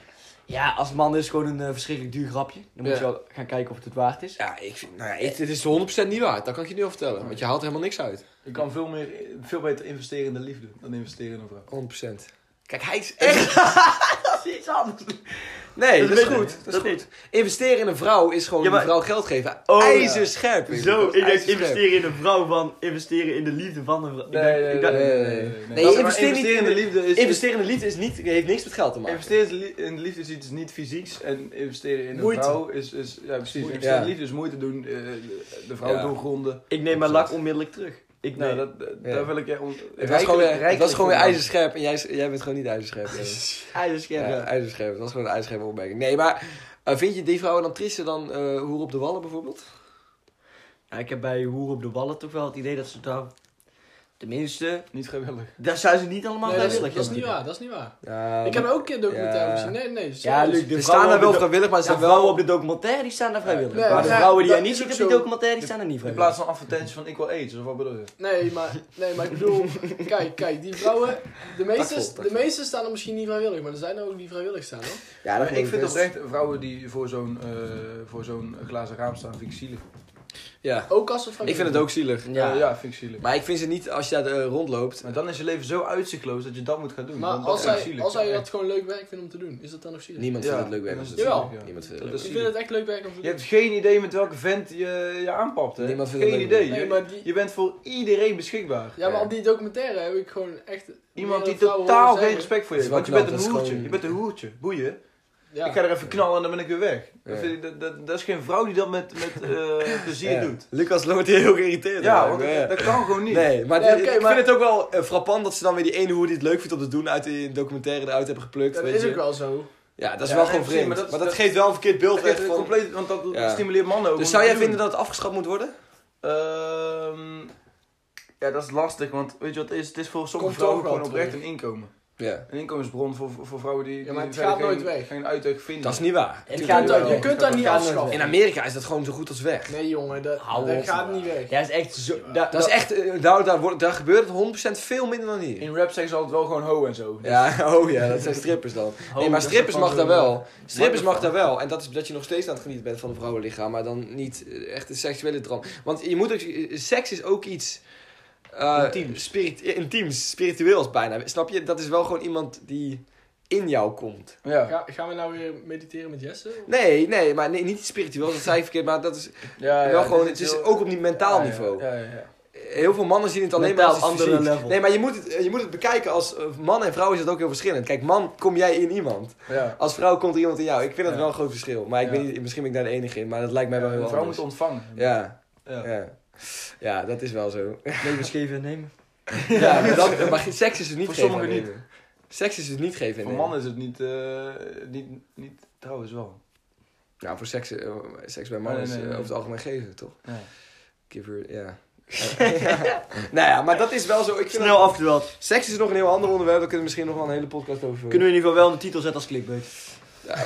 Ja, als man is het gewoon een eh, verschrikkelijk duur grapje. Dan moet Ja. je wel gaan kijken of het het waard is. Ja, ik vind, nou ja, ik- dit is 100% niet waar. Dat kan ik je nu al vertellen. Want je haalt er helemaal niks uit. Je kan veel, meer, veel beter investeren in de liefde dan investeren in een vrouw. 100%. Kijk, hij is echt... (laughs) Dat is iets anders. (laughs) Nee, Dat dat is weet ik. goed. Dat is Dat goed. niet. Investeren in een vrouw is gewoon Ja, maar- die vrouw geld geven. Oh, ja. IJzerscherp. jongen. Zo, ik Dat is denk ijzerscherp. investeren in een vrouw van investeren in de liefde van een vrouw. Ik denk- ik denk- nee, nee. Nee, Maar investeer niet investeren in de liefde is... Dus Investeren in liefde is niet, heeft niks met geld te maken. Investeren in li- in liefde is iets niet fysieks en investeren in een Moeite. vrouw is, is ja precies. Moeite. Investeren Ja. in liefde is moeite doen, eh, de, de vrouw Ja. doorgronden. Ik neem mijn lak onmiddellijk terug. Ik Nou, neem... dat, dat- Ja. daar wil ik je on- Het was rijkelijk- gewoon weer, het rijkelijk was gewoon weer voor bedanken. ijzerscherp en jij, is- jij bent gewoon niet ijzerscherp. jongen. IJzerscherp, Ja, ja. ijzerscherp. Dat was gewoon een ijzerscherpe opmerking. Nee, maar eh, vind je die vrouwen dan triester dan eh Hoer op de Wallen bijvoorbeeld? Ja, ik heb bij Hoer op de Wallen toch wel het idee dat ze daar Tenminste, Niet gewillig. daar zijn ze niet allemaal Nee, dat, is, vrijwillig. dat is in. niet waar, dat is niet waar. Ja, ik heb ook een keer documentaire ja. gezien. Nee, nee. Ja, serieus. Luc, de ze staan daar wel vrouwen op de, vrijwillig, maar ze ja, zijn wel... vrouwen op de documentaire die staan daar vrijwillig. Nee, maar de ja, vrouwen die jij dat niet is ziet ook op die zo. documentaire, die staan er niet In vrijwillig. plaats van advertenties van ik wil aids, of wat bedoel je? Nee, maar, nee, maar ik bedoel, kijk, kijk, die vrouwen, de Tactvol, meeste, de tactvol. meeste staan er misschien niet vrijwillig, maar er zijn er ook die vrijwillig staan hoor. Ja, dat dus. ik vind oprecht vrouwen die voor zo'n eh, voor zo'n glazen raam staan, vind ik zielig. Ja, Ook als ze ik vrijwillig vind het ook zielig. Ja. Eh, ja, vind ik zielig. Maar ik vind ze niet, als je daar eh, rondloopt... Maar dan is je leven zo uitzichtloos dat je dat moet gaan doen. Maar Want dat als is echt zij, zielig. als zij dat Echt. gewoon leuk werk vindt om te doen, is dat dan nog zielig? Niemand vindt Ja, het leuk werk. dan is als het het- Jawel. zielig, ja. Niemand vindt het Dat leuk is Ik werk. vind het echt leuk werk om te Je doen. hebt geen idee met welke vent je, je aanpapt, hè? Niemand vindt het geen leuk. idee. Nee, Je- maar die, Je bent voor iedereen beschikbaar. ja, maar op die documentaire heb ik gewoon echt... Iemand die meerdere vrouwen totaal horen geen zeggen- respect voor je Dat is heeft. Want je wel bent een knap, dat is hoertje. gewoon- Je bent een hoertje. Boeien. Ja. Ik ga er even knallen en dan ben ik weer weg. Dat, Ja. vind ik- dat, dat, dat is geen vrouw die dat met, (laughs) met eh, plezier Ja. doet. Lucas wordt hier heel geïrriteerd. Ja, door, want maar dat, dat kan gewoon niet. Nee, maar, Nee, dit- oké, ik maar- vind het ook wel eh, frappant dat ze dan weer die ene hoe die het leuk vindt om te doen uit die documentaire eruit hebben geplukt. Dat weet is je. ook wel zo. Ja, dat is Ja, wel nee, gewoon precies, vreemd. Maar maar dat, dat- dat- geeft wel een verkeerd beeld Dat geeft weg van... het compleet, want dat Ja. stimuleert mannen ook. Dus om zou jij het te doen. vinden dat het afgeschaft moet worden? Ehm, ja, dat is lastig, want weet je wat het is? Het is voor sommige Komt vrouwen toch wel gewoon oprecht een terug. inkomen. Ja. Een inkomensbron voor, voor vrouwen die, Ja, maar die het verder gaat geen, nooit weg. geen uitweg vinden. Dat is niet waar. Het Tuurlijk gaat wel. ook- Je kunt daar niet Gaat afschaffen. In Amerika is dat gewoon zo goed als weg. Nee jongen, dat, Hou dat op, gaat man. niet weg. Ja, dat is echt zo... da- Dat is echt, eh, daar, daar, wordt, daar gebeurt het 100% veel minder dan hier. In rap zeggen ze altijd wel gewoon ho en zo. Dus- Ja, (laughs) oh ja, dat zijn strippers dan. Nee, maar Oh, dat strippers is mag daar gewoon wel. Strippers mag Mannen daar wel. En dat is dat je nog steeds aan het genieten bent van een vrouwenlichaam, maar dan niet eh, echt een seksuele droom. Want je moet ook, eh, seks is ook iets. eh, Intiems. Spirit, eh, intiems, spiritueels bijna. Snap je? Dat is wel gewoon iemand die in jou komt. Ja. Ga, gaan we nou weer mediteren met Jesse? Nee, nee, maar nee, niet spiritueel, dat zei ik verkeerd, maar dat is Ja, ja, wel gewoon, dit het is heel- ook op die mentaal Ja, ja, niveau. Ja, ja, ja. Heel veel mannen zien het alleen Mentaal maar als iets andere fysiek. level. Nee, maar je moet, het, eh, je moet het bekijken als eh, man en vrouw is het ook heel verschillend. Kijk, man kom jij in iemand. ja. Als vrouw komt er iemand in jou. Ik vind dat Ja. wel een groot verschil. Maar ik Ja. weet niet, misschien ben ik daar de enige in, maar dat lijkt mij wel heel Een vrouw anders. moet ontvangen. Ja, Ja. ja. Ja, dat is wel zo. weg. Leven is geven en nemen. (laughs) Ja, maar, dat, eh, maar seks is het niet Voor geven. sommigen aan niet. nemen. Seks is het niet geven. aan Voor nemen. mannen is het niet, eh, niet, niet trouwens wel. Nou, voor seks, eh, seks bij mannen Nee, nee, is eh, nee. over het algemeen geven, toch? Ja. Give her, ja. (laughs) nou ja, maar dat is wel zo. Ik vind Snel dat- afgedwaald. Seks is nog een heel ander onderwerp. Daar kunnen we misschien nog wel een hele podcast over Kunnen we in ieder geval wel een titel zetten als clickbait. (laughs) Ja, maar-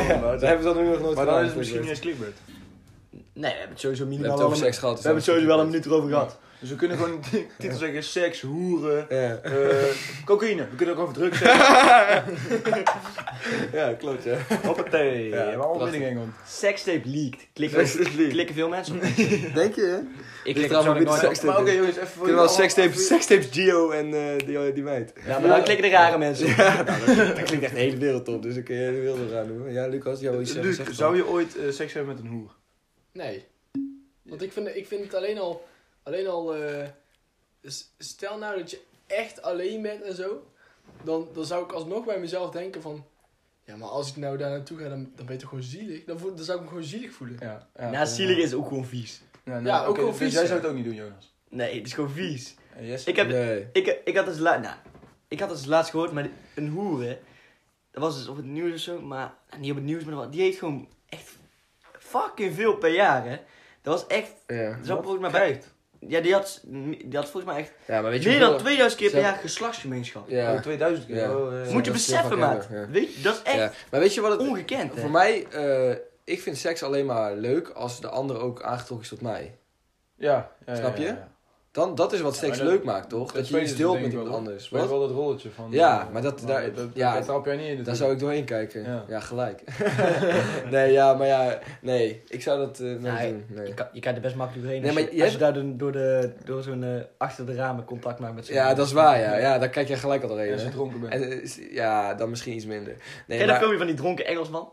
Oh, maar dat hebben we dat nu nog nooit maar gedaan, dan is het misschien natuurlijk. niet eens clickbait. Nee, we hebben het sowieso We minimaal hebben het wel over een- seks gehad. dus We hebben het sowieso wel een minuut erover (laughs) gehad. Dus we kunnen gewoon de titel zeggen seks, hoeren, Ja, eh, cocaïne. We kunnen ook over drugs zeggen. ja klopt, ja. Hoppatee. Ja, Ja, waarom prachtig. in Engeland? Sextape leaked. Klikken, Sextape leaked. klikken veel mensen op. Denk je, hè? Ik Ligt klik eraan er hoe nooit op. goed seks- Maar oké jongens, even voor Kunnen wel jullie allemaal- sekstapes, sekstapes Gio en eh, die, die meid. Ja, maar dan klikken de rare mensen op. Nou, Dat klinkt echt de hele wereld op, dus ik kun je de hele wereld eraan doen. Ja, Lucas, jou iets zeggen, Luc, zeg het zou dan. je ooit eh, seks hebben met een hoer? Nee. Want ik vind, ik vind het alleen al... Alleen al eh, s- stel nou dat je echt alleen bent en zo. Dan, dan zou ik alsnog bij mezelf denken van... Ja, maar als ik nou daar naartoe ga, dan, dan ben je toch gewoon zielig? Dan, voel, dan zou ik me gewoon zielig voelen. Ja, ja, Nou, zielig is ook gewoon vies. Ja, Ja, ook oké, wel dus vies, jij ja. zou het ook niet doen, Jonas. Nee, het is gewoon vies. Eh, Jesse? Ik heb, Nee. Ik, ik had dus laat, nou, ik had dus laatst gehoord, maar een hoer, hè. Dat was dus op het nieuws of zo, maar nou, niet op het nieuws, maar dat- die heeft gewoon echt fucking veel per jaar, hè. Dat was echt, Ja. dat volgens mij bij, ja, die had, die had volgens mij echt ja, maar weet je meer hoeveel- dan 2000 keer per Ze- jaar geslachtsgemeenschap. Oh, Ja. 2000 keer. Ja. Oh, eh, Moet je dat is heel beseffen, maat. vaak erg, ja. Weet je, dat is ja. echt Maar weet je wat het... ongekend, hè. Voor mij, eh, ik vind seks alleen maar leuk als de ander ook aangetrokken is tot mij. Ja, ja, ja, Snap je? ja, ja. Dan, dat is wat seks maar dat- leuk maakt, toch? Dat, je spelen iets ze deelt denk met ik iemand wel, anders. Weet je Wat? wel dat rolletje van... Ja, eh, maar dat- van- daar- dat, dat, ja, dat trap jij niet in. Daar zou ik doorheen kijken. Ja, Ja. gelijk. nee, ja, maar ja, nee. Ik zou dat eh, nooit Nee, doen. Nee. Je kan, je kan er best makkelijk doorheen Nee, als, maar je, je als hebt- je daar door- door, de, door zo'n eh, achter de ramen contact maakt met zo'n Ja, hoer. dat is waar, ja. Ja, daar kijk je gelijk al doorheen. Als hè. je dronken bent. En, eh, is- ja, dan misschien iets minder. Ken je Nee, dat maar- filmpje van die dronken Engelsman?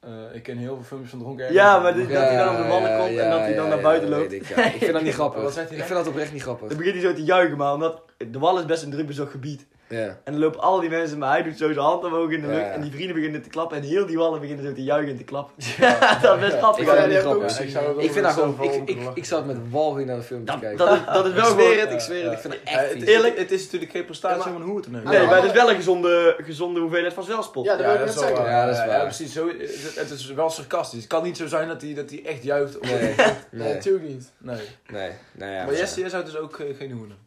Eh, ik ken heel veel filmpjes van dronken Ja, ergens. maar dit- dat hij dan op de mannen komt en dat hij dan naar buiten loopt. weet ik, ja. Ik vind dat niet grappig. Wat zegt hij ik dan? vind dat oprecht niet grappig. Dan begint hij zo te juichen, maar omdat de Wal is best een druk bezocht gebied. Ja. En dan lopen al die mensen, maar hij doet zo zijn hand omhoog in de Ja. lucht. En die vrienden beginnen te klappen. En heel die wallen beginnen zo te juichen en te klappen. (laughs) Ja, dat is best grappig. Ik vind hoor. dat niet grappig. ook Ik, zou dat ook Ik vind wel dat gewoon... zelf wel Ik, ik, lachen. ik zat met walging naar de film te Dat, kijken. dat, is- dat is ik wel zweer gewoon... het, ik zweer het. Ik vind het Ja, Eh, echt het, vies. is, Eerlijk? het is natuurlijk geen prestatie om een hoer te nemen. Nee, maar het is wel een gezonde, gezonde hoeveelheid van zelfspot. Ja, dat wil ik net is wel zeggen. waar. Ja, dat is waar. precies. Zo, het, het is wel sarcastisch. Het kan niet zo zijn dat hij, dat hij echt juicht. Of, Nee, Nee, nee, natuurlijk niet. nee. nee. Nou ja, maar Jesse, jij zou dus ook eh, geen hoer nemen.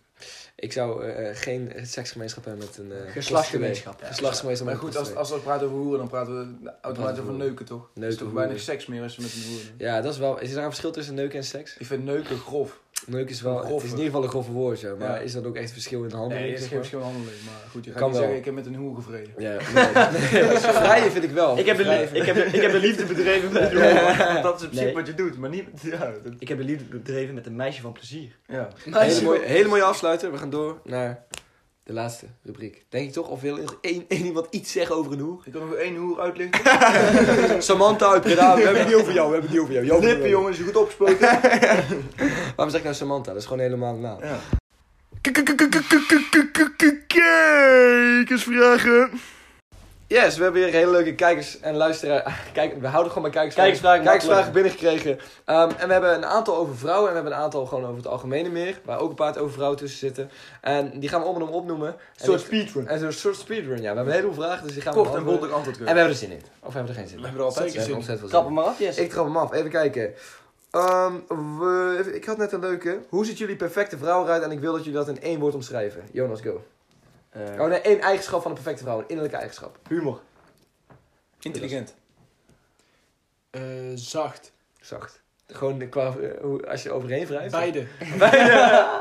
Ik zou eh, eh, geen seksgemeenschap hebben met een... eh Geslachtsgemeenschap. prostituee. Geslachtsgemeenschap Maar met goed, een als, als we praten over hoeren, dan praten we automatisch over neuken, toch? Er is Neuken, toch hoeren. weinig seks meer als je met een hoer neemt. Ja, dat is wel... Is er nou een verschil tussen neuken en seks? Ik vind neuken grof. Leuk is wel, het Grove. is in ieder geval een grove woord, zo, maar Ja. is dat ook echt verschil in de handeling? Nee, het is zeg geen maar? verschil in handeling. Maar goed, je gaat Kan niet wel. zeggen, ik heb met een hoer (laughs) gevreden. Ja, nee. nee, (laughs) vrijen vind ik wel. Ik heb, de, Vrijen li- ik, heb de, ik heb de liefde bedreven (laughs) met Ja, (laughs) dat is in principe Nee. wat je doet, maar niet... (laughs) Ja, dat- Ik heb de liefde bedreven met een meisje van plezier. ja. vind ik- Hele mooie, hele mooie afsluiter, we gaan door naar de laatste rubriek. Denk je toch? Of wil nog één, één iemand iets zeggen over een hoer? Ik kan nog één hoer uitlichten. (laughs) Samantha uit Breda, we hebben het niet over jou, we hebben het niet over jou. jou Lippen, jongens, je goed opgespoten. (laughs) Waarom zeg ik nou Samantha? Dat is gewoon helemaal naam. Ja. Kijkersvragen. Yes, we hebben weer hele leuke kijkers en luisteraars. (laughs) Kijk, we houden gewoon bij kijkersvragen. Kijkersvragen, kijkersvragen binnengekregen. Ehm, en we hebben een aantal over vrouwen en we hebben een aantal gewoon over het algemene meer. Waar ook een paar over vrouwen tussen zitten. En die gaan we om en om opnoemen. En Een soort ik- speedrun. En zo'n soort speedrun, ja. We hebben een heleboel vragen, dus die gaan Kort we en beantwoorden. bondig antwoord En kunnen. we hebben er zin in. Of we hebben er geen zin We in. Dus We hebben er altijd Zeker hebben er zin in. ontzettend veel Trap zin hem maar af, yes. in. Ik trap hem af, even kijken. Ehm, we- ik had net een leuke. Hoe ziet jullie perfecte vrouw eruit? En ik wil dat jullie dat in één woord omschrijven. Jonas, go. Oh nee, één eigenschap van een perfecte vrouw. Een innerlijke eigenschap. humor. Intelligent. Eh, zacht. Zacht. Gewoon de- qua, eh, hoe, als je overheen wrijft. Beide.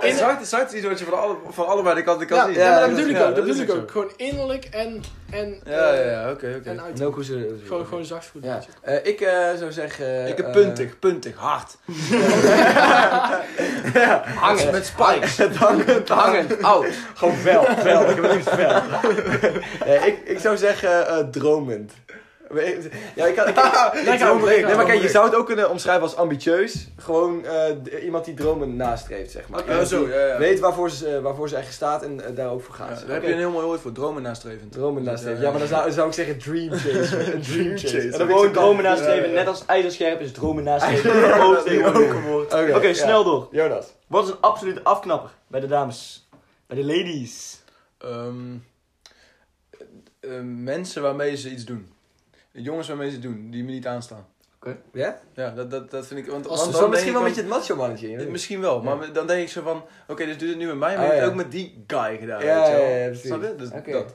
En zacht, zacht is iets wat je van, alle, van allebei de kanten kan Ja, zien. ja, maar dat dat bedoel is- ik ja, ook. Dat is bedoel ik zo. ook. Gewoon innerlijk en, en, Ja, ja, eh, ja, oké, oké. en En ook uiterlijk. hoe ze... Gewoon, gewoon zacht voor de Ja. mensen. Eh, ik eh, zou zeggen... eh, Ik heb eh, puntig, puntig, (laughs) hard. Hangen. (laughs) Met spikes. hangend. Hangend. Oud. Gewoon vel, vel. Ik heb het liefst (laughs) vel. Eh, ik, ik zou zeggen eh, dromend. Ja, ik kan... (laughs) Ik, Lekker overheen. nee, maar kijk, je zou het ook kunnen omschrijven als ambitieus. Gewoon eh, d- iemand die dromen nastreeft, zeg maar. Eh, Iemand zo, die ja, ja. Weet waarvoor ze, eh, waarvoor ze eigenlijk staat en eh, daar ook voor Ja, gaat. daar Oké. heb je een heel mooi woord voor, dromen nastrevend. Dromen nastreeft. Ja, maar dan zou, zou ik zeggen dream chaser. Een dream chaser. En dan gewoon dromen nastreven. Net als ijzerscherp is (laughs) dromen nastreven. Ook tegenwoordig. Oké, Oké, ja. snel door. Jonas. Wat is een absolute afknapper bij de dames? Bij de ladies. Ehm, eh, eh, mensen waarmee ze iets doen. Jongens waarmee ze het doen, die me niet aanstaan. Ja? Ja, dat, dat, dat vind ik... Want, Als want Dat dan is misschien wel denk een ik beetje het macho mannetje in. van- hè? Misschien wel, maar dan denk ik zo van... Oké, dus doe het nu met mij, maar Ah, je ja. hebt het ook met die guy gedaan. Ja, weet je wel. ja, ja, precies. Snap je? Dus Oké. dat.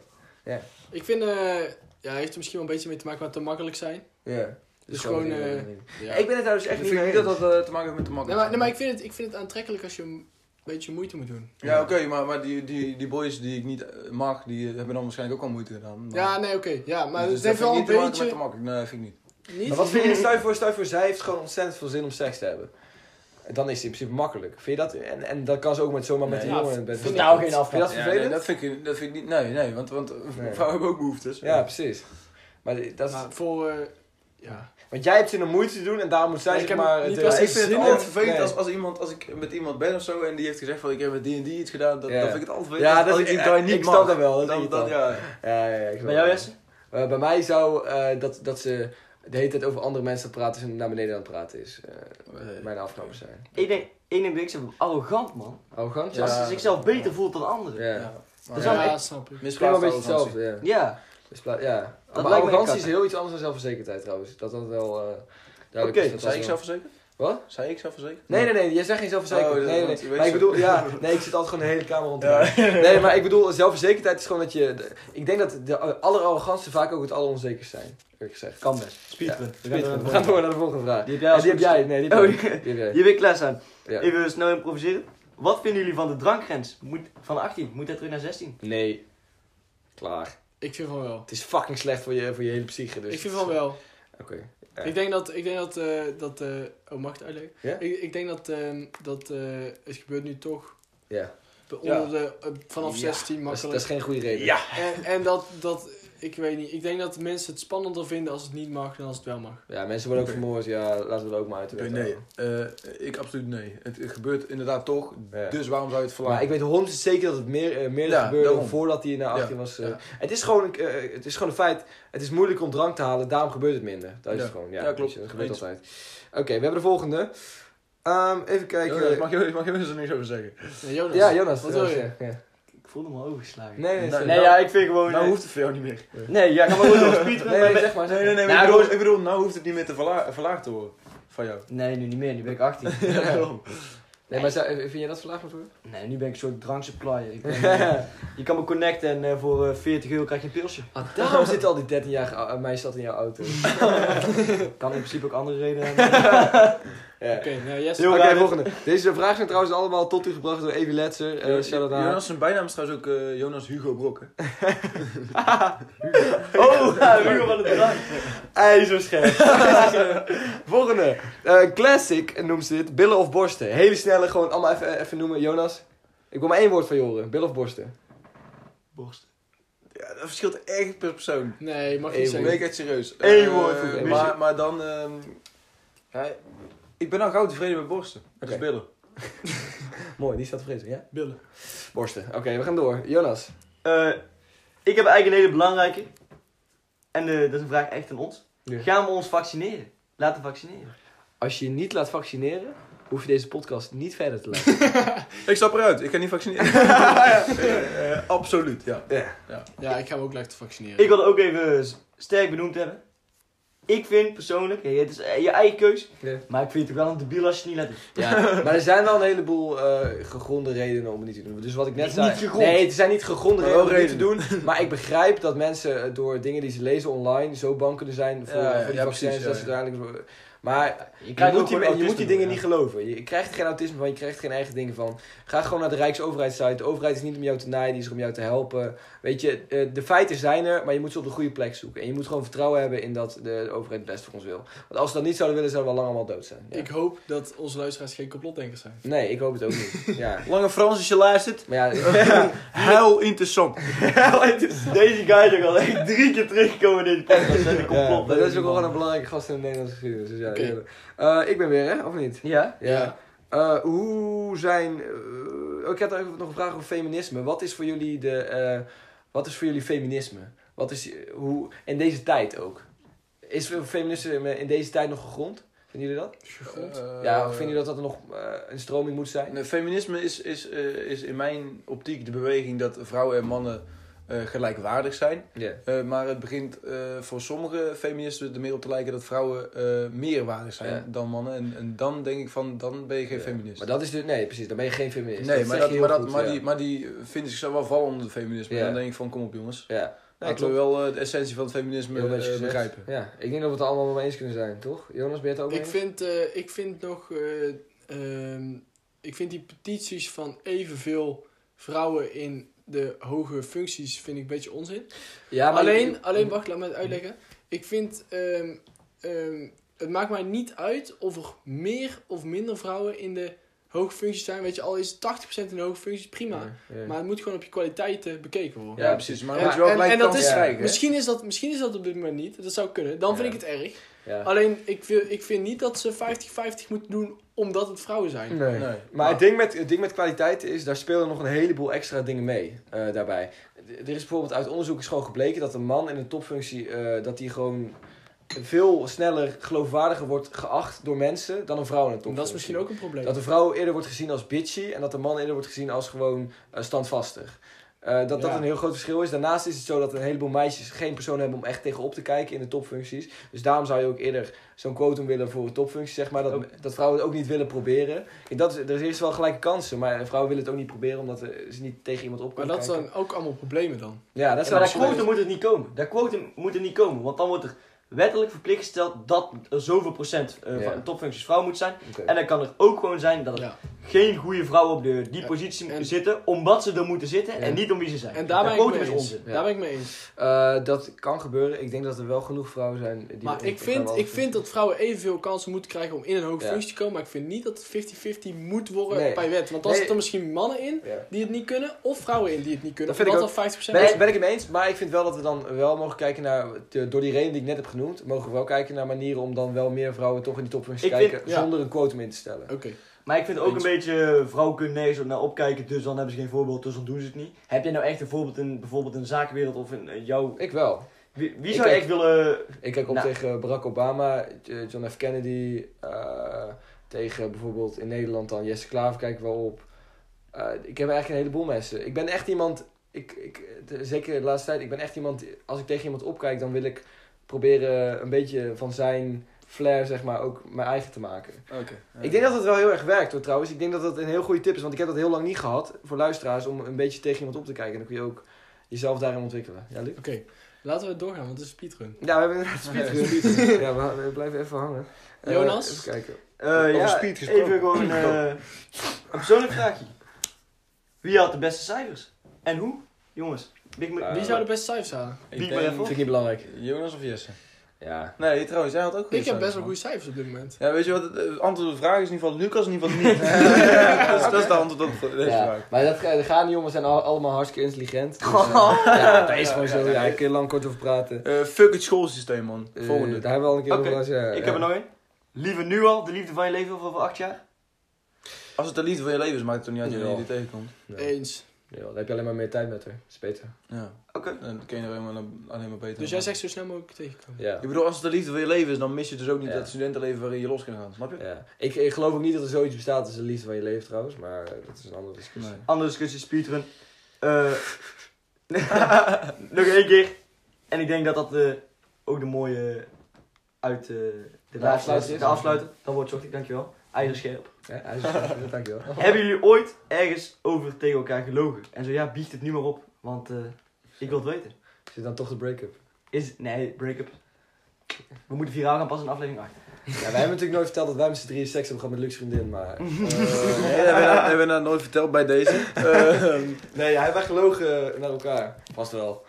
Ik vind, eh ja, heeft er misschien wel een beetje mee te maken met te makkelijk zijn. Ja. Dus gewoon, wel eh, een- Ja. Ik ben het daar dus echt niet mee dat dat eh, te maken heeft met de Nee, makkelijk. maar, nee, maar ik vind, het, ik vind het aantrekkelijk als je een beetje moeite moet doen. Ja, oké, maar, maar die, die, die boys die ik niet eh, mag, die hebben dan waarschijnlijk ook al moeite gedaan. Maar- Ja, nee, oké. Ja, maar Dus dat het heeft vind ik wel een niet te maken met te beetje... makkelijk. Nee, vind ik niet. Niet? Maar wat vind je, stel je voor, stel je voor, zij heeft gewoon ontzettend veel zin om seks te hebben. En Dan is het in principe makkelijk. Vind je dat? En, en dat kan ze ook met zomaar met Nee. een Ja, jongen. Met, vind ik nou geen Vind je afknapper. dat vervelend? nee, dat, vind ik, dat vind ik niet. Nee, nee, want, want eh, Nee. (laughs) vrouwen hebben ook behoeftes. Ja, precies. Maar die- dat is, Maar voor... eh, ja. want jij hebt zin om moeite te doen en daarom moet zij Nee, ik zeg heb maar... niet de- per Ja, se ik vind zin het in- altijd vervelend Nee. als, als, iemand, als ik met iemand ben of zo en die heeft gezegd van ik heb met die en die iets gedaan, dat, Ja. dan vind ik het altijd vervelend. Ja, als- dat als is ik ik, die guy ik niet mag. snap dat wel. Dat, dan, irritant. dan, ja. ja, ja, ja, ik snap Bij jou, dat. Jesse? Eh, bij mij zou eh, dat, dat ze de hele tijd over andere mensen aan het praten is en naar beneden aan het praten is. eh, mijn afknappers zijn. Ik denk, één ding ben ik zo arrogant, man. Arrogant? Ja. Als ze zichzelf beter voelt dan anderen. Ja. Ja. Maar Dus ja, dan- Ja, snap ik. Het is wel misplaatst een beetje arrogantie. hetzelfde, ja. Ja. Dus pla- ja. Dat maar lijkt me arrogantie kakker. is heel iets anders dan zelfverzekerdheid trouwens. Dat dat wel eh duidelijk Oké, is. Dat Zei ik dat wel- zelfverzekerd? Wat? Zei ik zelfverzekerd? Nee, nee, nee. Jij zegt geen Oh, zelfverzekerdheid. dat- nee, want je nee. weet Maar ik zo. bedoel, (laughs) ja. Nee, ik zit altijd gewoon de hele kamer rond te rijden. Nee, maar ik bedoel, zelfverzekerdheid is gewoon dat je... de- ik denk dat de eh, allerarrogantste vaak ook het alleronzekerst zijn. Eerlijk gezegd. Kan best. Speedrun. Speedrun. We gaan door naar de volgende vraag. Die heb Ja, jij als die heb jij. Nee, die heb, Oh, ik. die- (laughs) Die heb jij. Hier wil ik klaar staan. Ja. Even snel improviseren. Wat vinden jullie van de drankgrens? Moet, van 18, moet dat terug naar 16? Nee. Klaar. Ik vind van wel. Het is fucking slecht voor je, voor je hele psyche. Dus ik vind van wel. Oké. Ja. Ik denk dat, ik denk dat, eh, dat eh, oh mag ik het uitleggen? Ja? Ik, ik denk dat, ehm, dat eh, het gebeurt nu toch Ja. onder de, eh, vanaf Ja. 16 Dat is, dat makkelijk. is geen goede reden. Ja. En, en dat, dat ik weet niet. Ik denk dat mensen het spannender vinden als het niet mag dan als het wel mag. Ja, mensen worden ook Oké. vermoord. Ja, laten we dat ook maar uit de Oké, wet nee, houden. Eh, ik absoluut nee. Het, het gebeurt inderdaad toch, Ja. dus waarom zou je het verlangen? Maar ik weet 100% zeker dat het meer, eh, meer Ja, gebeurde daarom. voordat hij naar Ja, 18 was. eh. ja. het, is gewoon, een- eh, het is gewoon een feit. Het is moeilijk om drank te halen, daarom gebeurt het minder. Dat is Ja. het gewoon. Ja, Ja, klopt. weet je, Dat gebeurt Eens. altijd. Oké, we hebben de volgende. Ehm, even kijken. Jonas, mag je, mag je er niks over zeggen? Oh, Nee, Jonas. ja, Jonas. Wat wil je? Jonas, ja. Ik voelde me overgeslagen. Nee, nee, Nou, sorry. Nee, ja, ik vind gewoon... eh, Nou hoeft het voor jou niet meer. Nee, ja, ga maar gewoon door speedrun. maar Nee, nee, ben- zeg maar. zeg Nee, nee, nee. Nou, ik, dat bedoel, was- ik bedoel, nou hoeft het niet meer te verla- verlaagd te worden van jou. Nee, nu niet meer. Nu ben ik 18. (laughs) Ja, daarom. Nee, maar zou- vind jij dat verlaagd voor? Nee, nu ben ik een soort dranksupply. Ik ben, (laughs) eh, je kan me connecten en eh, voor eh, 40 euro krijg je een pilsje. Ah, daarom zit al die 13-jarige ou- eh, meisje dat in jouw auto. Kan in principe ook andere redenen (laughs) hebben. Ja. Oké, nou yes. Oké, Heel raar, hè? volgende. Deze vragen zijn trouwens allemaal tot u gebracht door Evi Letzer. Eh shout-out naar haar. (laughs) Jonas, zijn bijnaam is trouwens ook eh, Jonas Hugo Brok. hè? Oh, (laughs) ja, de muur van de drank. IJzerscherp. Volgende. Eh, classic noemt ze dit. Billen of borsten. Hele snelle, gewoon allemaal even, eh, even noemen. Jonas, ik wil maar één woord van je horen. Billen of borsten. Borst. Ja, dat verschilt echt per persoon. Nee, mag Eeuw. niet Ik zeggen. ben echt serieus. Eén Eh, woord voor mij. maar, maar dan... ehm, ja, ik ben al gauw tevreden met borsten. Het is Oké. billen. Mooi, die staat te vrezen, ja? Billen. Borsten. Oké, we gaan door. Jonas. Eh, ik heb eigenlijk een hele belangrijke. En eh, dat is een vraag echt aan ons. Ja. Gaan we ons vaccineren? Laten vaccineren. Als je je niet laat vaccineren, hoef je deze podcast niet verder te laten. Ik stap eruit. Ik ga niet (laughs) vaccineren. Eh, eh, absoluut, ja. Ja, ik ga me ook laten vaccineren. Ik wil het ook even s- sterk benoemd hebben. Ik vind persoonlijk, hey, het is eh, je eigen keus, Ja. maar ik vind het ook wel een debiel als je het niet laat doen. ja. Maar er zijn wel een heleboel eh, gegronde redenen om het niet te doen. Dus wat ik net Niet zei. gegrond. Nee, het zijn niet gegronde Maar redenen wel om het niet te doen. (laughs) Maar ik begrijp dat mensen eh, door dingen die ze lezen online zo bang kunnen zijn voor, Ja, ja, voor die ja, vaccins. precies, ja, dat ze ja. uiteindelijk... Maar Je, Je krijgt ook moet, die, gewoon je moet autisme die dingen door, niet geloven. Je krijgt geen autisme van, je krijgt geen eigen dingen van. Ga gewoon naar de Rijksoverheidssite. De overheid is niet om jou te naaien, die is er om jou te helpen. Weet je, eh, de feiten zijn er, maar je moet ze op de goede plek zoeken. En je moet gewoon vertrouwen hebben in dat de overheid het beste voor ons wil. Want als ze dat niet zouden willen, zouden we al lang allemaal dood zijn. Ja. Ik hoop dat onze luisteraars geen complotdenkers zijn. Nee, ik hoop het ook niet. Ja. Lange Frans, als je luistert. Maar (laughs) ja, Heel interessant. ja. Deze guy is ook al echt drie keer teruggekomen (laughs) in deze podcast. En de ja, complot. maar dat is ook wel een belangrijke gast in de Nederlandse geschiedenis. Dus ja, Oké. die hebben- Eh, ik ben weer, hè? Of niet? Ja? Ja. Eh, hoe zijn. eh, ik had eigenlijk nog een vraag over feminisme. Wat is voor jullie de. eh, wat is voor jullie feminisme? Wat is. eh, hoe, in deze tijd ook. Is feminisme in deze tijd nog gegrond? Vinden jullie dat? ja, of vinden jullie dat dat er nog eh, een stroming moet zijn? Nee, Feminisme is, is, eh, is in mijn optiek de beweging dat vrouwen en mannen eh, gelijkwaardig zijn. Ja. Eh, maar het begint eh, voor sommige feministen er meer op te lijken dat vrouwen eh, meer waardig zijn Ja. dan mannen. En, en dan denk ik van, dan ben je geen Ja. feminist. Maar dat is dus. Nee, precies. Dan ben je geen feminist. nee, zeg maar, je dat, heel maar, dat, goed, maar, ja. die, maar die vinden zichzelf wel vallen onder het feminisme. Ja. En dan denk ik van, kom op jongens. Ja. Nee, Laten we klopt. wel eh, de essentie van het feminisme Heel netjes eh, gezegd. begrijpen. Ja, ik denk dat we het er allemaal mee eens kunnen zijn, toch? Jonas, ben je het ook mee Ik eens? vind, eh, ik vind nog. eh, ehm, ik vind die petities van evenveel vrouwen in de hoge functies vind ik een beetje onzin. Ja, maar alleen, alleen, wacht, laat me het uitleggen. Ik vind. ehm, ehm, het maakt mij niet uit of er meer of minder vrouwen in de hoge functies zijn. Weet je, al is het 80% in de hoge functies, prima. Ja, ja. Maar het moet gewoon op je kwaliteiten bekeken worden. Ja, precies. Maar En- moet je wel en- gelijk en dat kans is- krijgen. hè? Misschien, is dat, misschien is dat op dit moment niet. Dat zou kunnen. Dan vind Ja. ik het erg. Ja. Alleen, ik, wil, ik vind niet dat ze 50-50 moeten doen omdat het vrouwen zijn. Nee. Nee. Ah. Maar het ding, met, het ding met kwaliteit is, daar spelen nog een heleboel extra dingen mee eh, daarbij. D- Er is bijvoorbeeld uit onderzoek is gewoon gebleken dat een man in een topfunctie, eh, dat die gewoon veel sneller geloofwaardiger wordt geacht door mensen dan een vrouw in een topfunctie. dat is misschien ook een probleem. Dat de vrouw eerder wordt gezien als bitchy en dat de man eerder wordt gezien als gewoon eh, standvastig. Eh, dat dat Ja. een heel groot verschil is. Daarnaast is het zo dat een heleboel meisjes geen persoon hebben om echt tegenop te kijken in de topfuncties. Dus daarom zou je ook eerder zo'n quotum willen voor topfuncties, zeg maar. Dat, dat vrouwen het ook niet willen proberen. Kijk, dat, is- er is wel gelijke kansen, maar vrouwen willen het ook niet proberen omdat eh, ze niet tegen iemand op maar kunnen dat kijken. zijn ook allemaal problemen dan. Ja, dat Ja, maar zou dat quotum moet het niet komen. Dat quotum moet er niet komen, want dan wordt er wettelijk verplicht gesteld dat er zoveel procent eh, Ja. van topfuncties vrouw moet zijn. Oké. En dan kan er ook gewoon zijn dat er Ja. geen goede vrouwen op de, die Ja, positie en- zitten, omdat ze er moeten zitten en Ja. niet om wie ze zijn. En daar ben de ik mee quotum is eens. onzin. Ja. Daar ben ik mee eens. Eh, dat kan gebeuren. Ik denk dat er wel genoeg vrouwen zijn die... Maar ik zou vind, wel- ik vind dat vrouwen evenveel kansen moeten krijgen om in een hoge Ja. functie te komen. Maar ik vind niet dat het 50-50 moet worden Nee. bij wet. Want dan Nee. zitten er misschien mannen in Ja. die het niet kunnen. Of vrouwen in die het niet kunnen. Dat vind ik omdat dat 50% Ben, ik- is. ben ik het mee eens, maar ik vind wel dat we dan wel mogen kijken naar, de- door die reden die ik net heb genoemd, mogen we wel kijken naar manieren om dan wel meer vrouwen toch in die topfunctie te Ik vind- kijken, ja. zonder een quotum in te stellen. Oké. Maar ik vind ook een Eens. beetje, eh, vrouwen kunnen nergens op naar opkijken, dus dan hebben ze geen voorbeeld, dus dan doen ze het niet. Heb jij nou echt een voorbeeld in bijvoorbeeld in de zakenwereld of in eh, jouw... Ik wel. Wie, wie Ik zou je kijk- echt willen... Ik kijk op Nou. tegen Barack Obama, eh, John F. Kennedy, eh, tegen bijvoorbeeld in Nederland dan Jesse Klaver kijk ik wel op. Eh, ik heb eigenlijk een heleboel mensen. Ik ben echt iemand, ik, ik, de- zeker de laatste tijd, ik ben echt iemand, als ik tegen iemand opkijk, dan wil ik proberen een beetje van zijn flair, zeg maar, ook mijn eigen te maken. Oké. Ik denk dat het wel heel erg werkt hoor trouwens. Ik denk dat dat een heel goede tip is, want ik heb dat heel lang niet gehad voor luisteraars om een beetje tegen iemand op te kijken. En dan kun je ook jezelf daarin ontwikkelen. Ja, Luc? Oké, laten we doorgaan, want het is een speedrun. Ja, we hebben inderdaad speedrun. ja, we, we blijven even hangen. Eh, Jonas? even kijken. eh, Over ja, speed gesproken. even (laughs) gewoon eh, een persoonlijk vraagje. Wie had de beste cijfers? En hoe? Jongens, Big Mac- Eh, (laughs) Wie zou de beste cijfers halen? Ik Biep denk- maar even op. Vind ik niet belangrijk. Jonas of Jesse? Ja. Nee, trouwens, jij had ook goede ik heb best wel cijfers, man. goede cijfers op dit moment. Ja, weet je wat? Het eh, antwoord op de vraag is in ieder geval Lucas, in ieder geval (laughs) niet. (laughs) Dus dat, is, dat is de antwoord op deze vraag. Maar dat, ga- dat gaat niet om, we zijn al- allemaal hartstikke (laughs) intelligent. Dus, eh, ja, dat is gewoon zo. Ja, ik kan er lang kort over praten. Eh, fuck het schoolsysteem, man. Eh, Volgende. daar hebben we al een keer Oké, over als, ja, Ik ja. heb er nog een. Liever nu al, de liefde van je leven of over acht jaar? Als het de liefde van je leven is, maakt het toch niet uit dat je Ja. die tegenkomt. Nee. Eens. Ja, dan heb je alleen maar meer tijd met haar. Dat is beter. Ja. Oké. Dan kun je er helemaal, alleen maar beter Dus aan. jij zegt zo snel mogelijk tegenkomen. Ja. Ik bedoel, als het de liefde van je leven is, dan mis je dus ook niet Ja. Eh. dat studentenleven waarin je los kan gaan. Snap je? ja. Ik, ik geloof ook niet dat er zoiets bestaat als de liefde van je leven trouwens, maar eh, dat is een andere discussie. Nee. Andere discussie, speedrun. Eh, (laughs) nog één keer. En ik denk dat dat eh, ook de mooie uit eh, de laatste afsluiter is. de afsluiter. Dan wordt zocht ik, dankjewel. Eieren scherp. Ja, hij is (laughs) goed, dankjewel. Hebben jullie ooit ergens over tegen elkaar gelogen? En zo ja, biecht het nu maar op, want eh, ik wil het weten. Zit dan toch de break-up? Is nee, break-up. We moeten viraal gaan passen in aflevering 8. Ja, wij hebben natuurlijk nooit verteld dat wij met z'n drieën seks hebben gehad met Luxe vriendin, (laughs) maar... (laughs) Eh, nee, dat (laughs) hebben we- dat hebben we nou nooit verteld bij deze. Ehm, Nee, hij wij gelogen naar elkaar. Vast wel.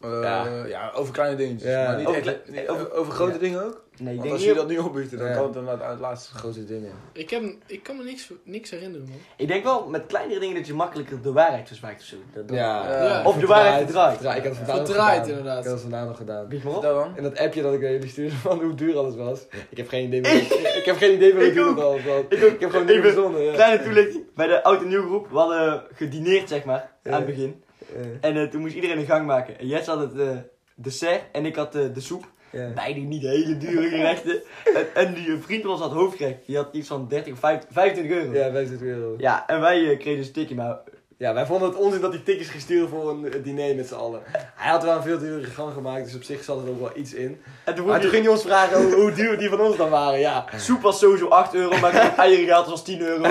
eh, Ja. ja. over kleine dingetjes. Ja. Maar niet Over echt- klei- niet- over- over, grote ja. dingen ook? Nee, ik Want denk als niet. jullie dat nu opbiedt, dan Ja. kan het dan naar het laatste. Grote dingen. Ik, heb, ik kan me niks, niks herinneren, man. Ik denk wel met kleinere dingen dat je makkelijker de waarheid verzwijgt of zo. Dat- dat- Ja. Ja. Of de waarheid verdraait. Ja, ik had het vandaag nog Verdraaid, gedaan. inderdaad. Ik had het vandaag nog gedaan. Biecht maar op. Dat dan? En dat appje dat ik naar jullie stuurde (laughs) van hoe duur alles was. Ik heb geen idee meer. (laughs) ik heb geen idee meer hoe Ik duur ook. het alles was. Ik ook. heb gewoon Ik niet ben- verzonnen. Ja. Kleine toelichting. Bij de oud en nieuw groep, we hadden gedineerd zeg maar, aan het begin. Eh, En eh, toen moest iedereen een gang maken. En Jets had het eh, dessert en ik had eh, de soep. ja. Beide niet hele dure gerechten. (laughs) en, en die vriend van ons had hoofdgerecht. Die had iets van 30 of 50 25 euro. Ja, wij zitten weer op. Ja, en wij eh, kregen dus een tikkie, maar Ja, wij vonden het onzin dat hij tikjes gestuurd voor een eh, diner met z'n allen. Hij had wel een veel duurdere gang gemaakt, dus op zich zat er ook wel iets in. en toen Maar vroeg toen je, ging hij ons vragen hoe, hoe duur die van ons dan waren, ja. (laughs) soep was sowieso 8 euro, maar (laughs) ik had eieren gehaald, dat was 10 euro.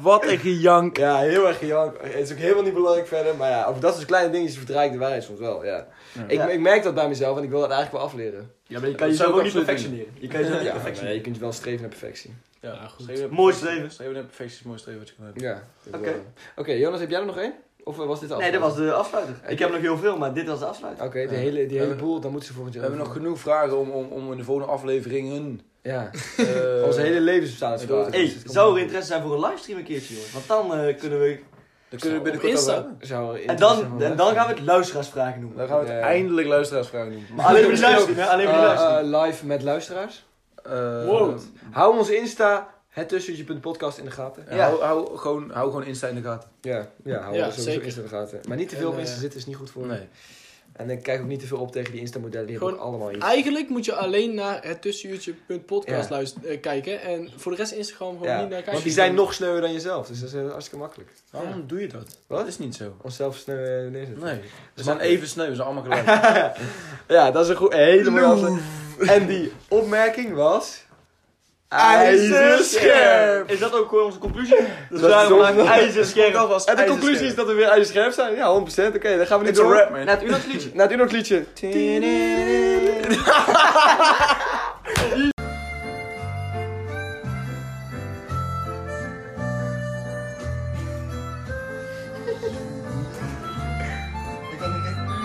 Wat een gejank. Ja, heel erg gejank. Het is ook helemaal niet belangrijk verder, maar ja, over dat soort kleine dingetjes verdraai ik de waarheid soms wel, ja. Ja. Ik, Ja. ik merk dat bij mezelf en ik wil dat eigenlijk wel afleren. Ja, maar je kan kan jezelf jezelf ook niet absoluut perfectioneren. Je kan jezelf niet Ja, perfectioneren. nee, je kunt wel streven naar perfectie. Ja, goed. Streven- Mooi streven. Streven naar perfectie is mooi streven wat je kan hebben. Ja. dat Oké. wel. Oké, Jonas, heb jij er nog één? Of eh, was dit al? Nee, dat was de afsluiter. Ik heb nog heel veel, maar dit was de afsluiter. Oké, die Ja. hele, We die hele hebben- boel, dan moeten ze volgend We jaar hebben nog genoeg vragen om, om, om in de volgende afleveringen... Ja, eh, (laughs) onze hele levensbestaan is eh, wel. dat- Hey, zou er interesse zijn voor een livestream een keertje, jongen? Want dan eh, kunnen we... Dan kunnen we Op binnenkort Insta. over hebben. Zou er En interesse zijn dan, voor en dan gaan we het luisteraarsvragen noemen. Dan gaan we het Ja. eindelijk luisteraarsvragen doen. Maar alleen voor die luisteren, hè? Alleen voor die Eh, luisteren. eh, live met luisteraars. Eh, Wow. Hou onze Insta, het tussentje.podcast in de gaten. ja, Ja. Hou, hou, gewoon, hou gewoon Insta in de gaten. Ja, ja hou Ja, sowieso zeker. Insta in de gaten. Maar niet te veel En, eh, mensen zitten is niet goed voor je. En ik kijk ook niet te veel op tegen die Insta-modellen, die hebben ook Gewoon allemaal iets. Eigenlijk moet je alleen naar het tussenuurtje.podcast Ja. luisteren eh, kijken. En voor de rest Instagram gewoon Ja, niet naar kijken. Want die zijn nog sneuwer dan jezelf, dus dat is eh, hartstikke makkelijk. Waarom doe je dat? Wat? Dat Dus- is niet zo. Onszelf sneu eh, neerzetten. Nee. Ze zijn even sneu, ze zijn allemaal gelijk. Ja, dat is een goed, een hele mooie aflevering. En die opmerking was... IJzerscherp! Is Eh, dat ook gewoon onze conclusie? Dus Dat is daarom zonde. maken ijzerscherp. En de conclusie is dat we weer ijzerscherp zijn. Ja, 100%. Oké, dan gaan we nu It's a door. rap, man. Net u dat liedje. Naar het Unox liedje.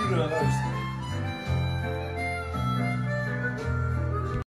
Doe nou rust.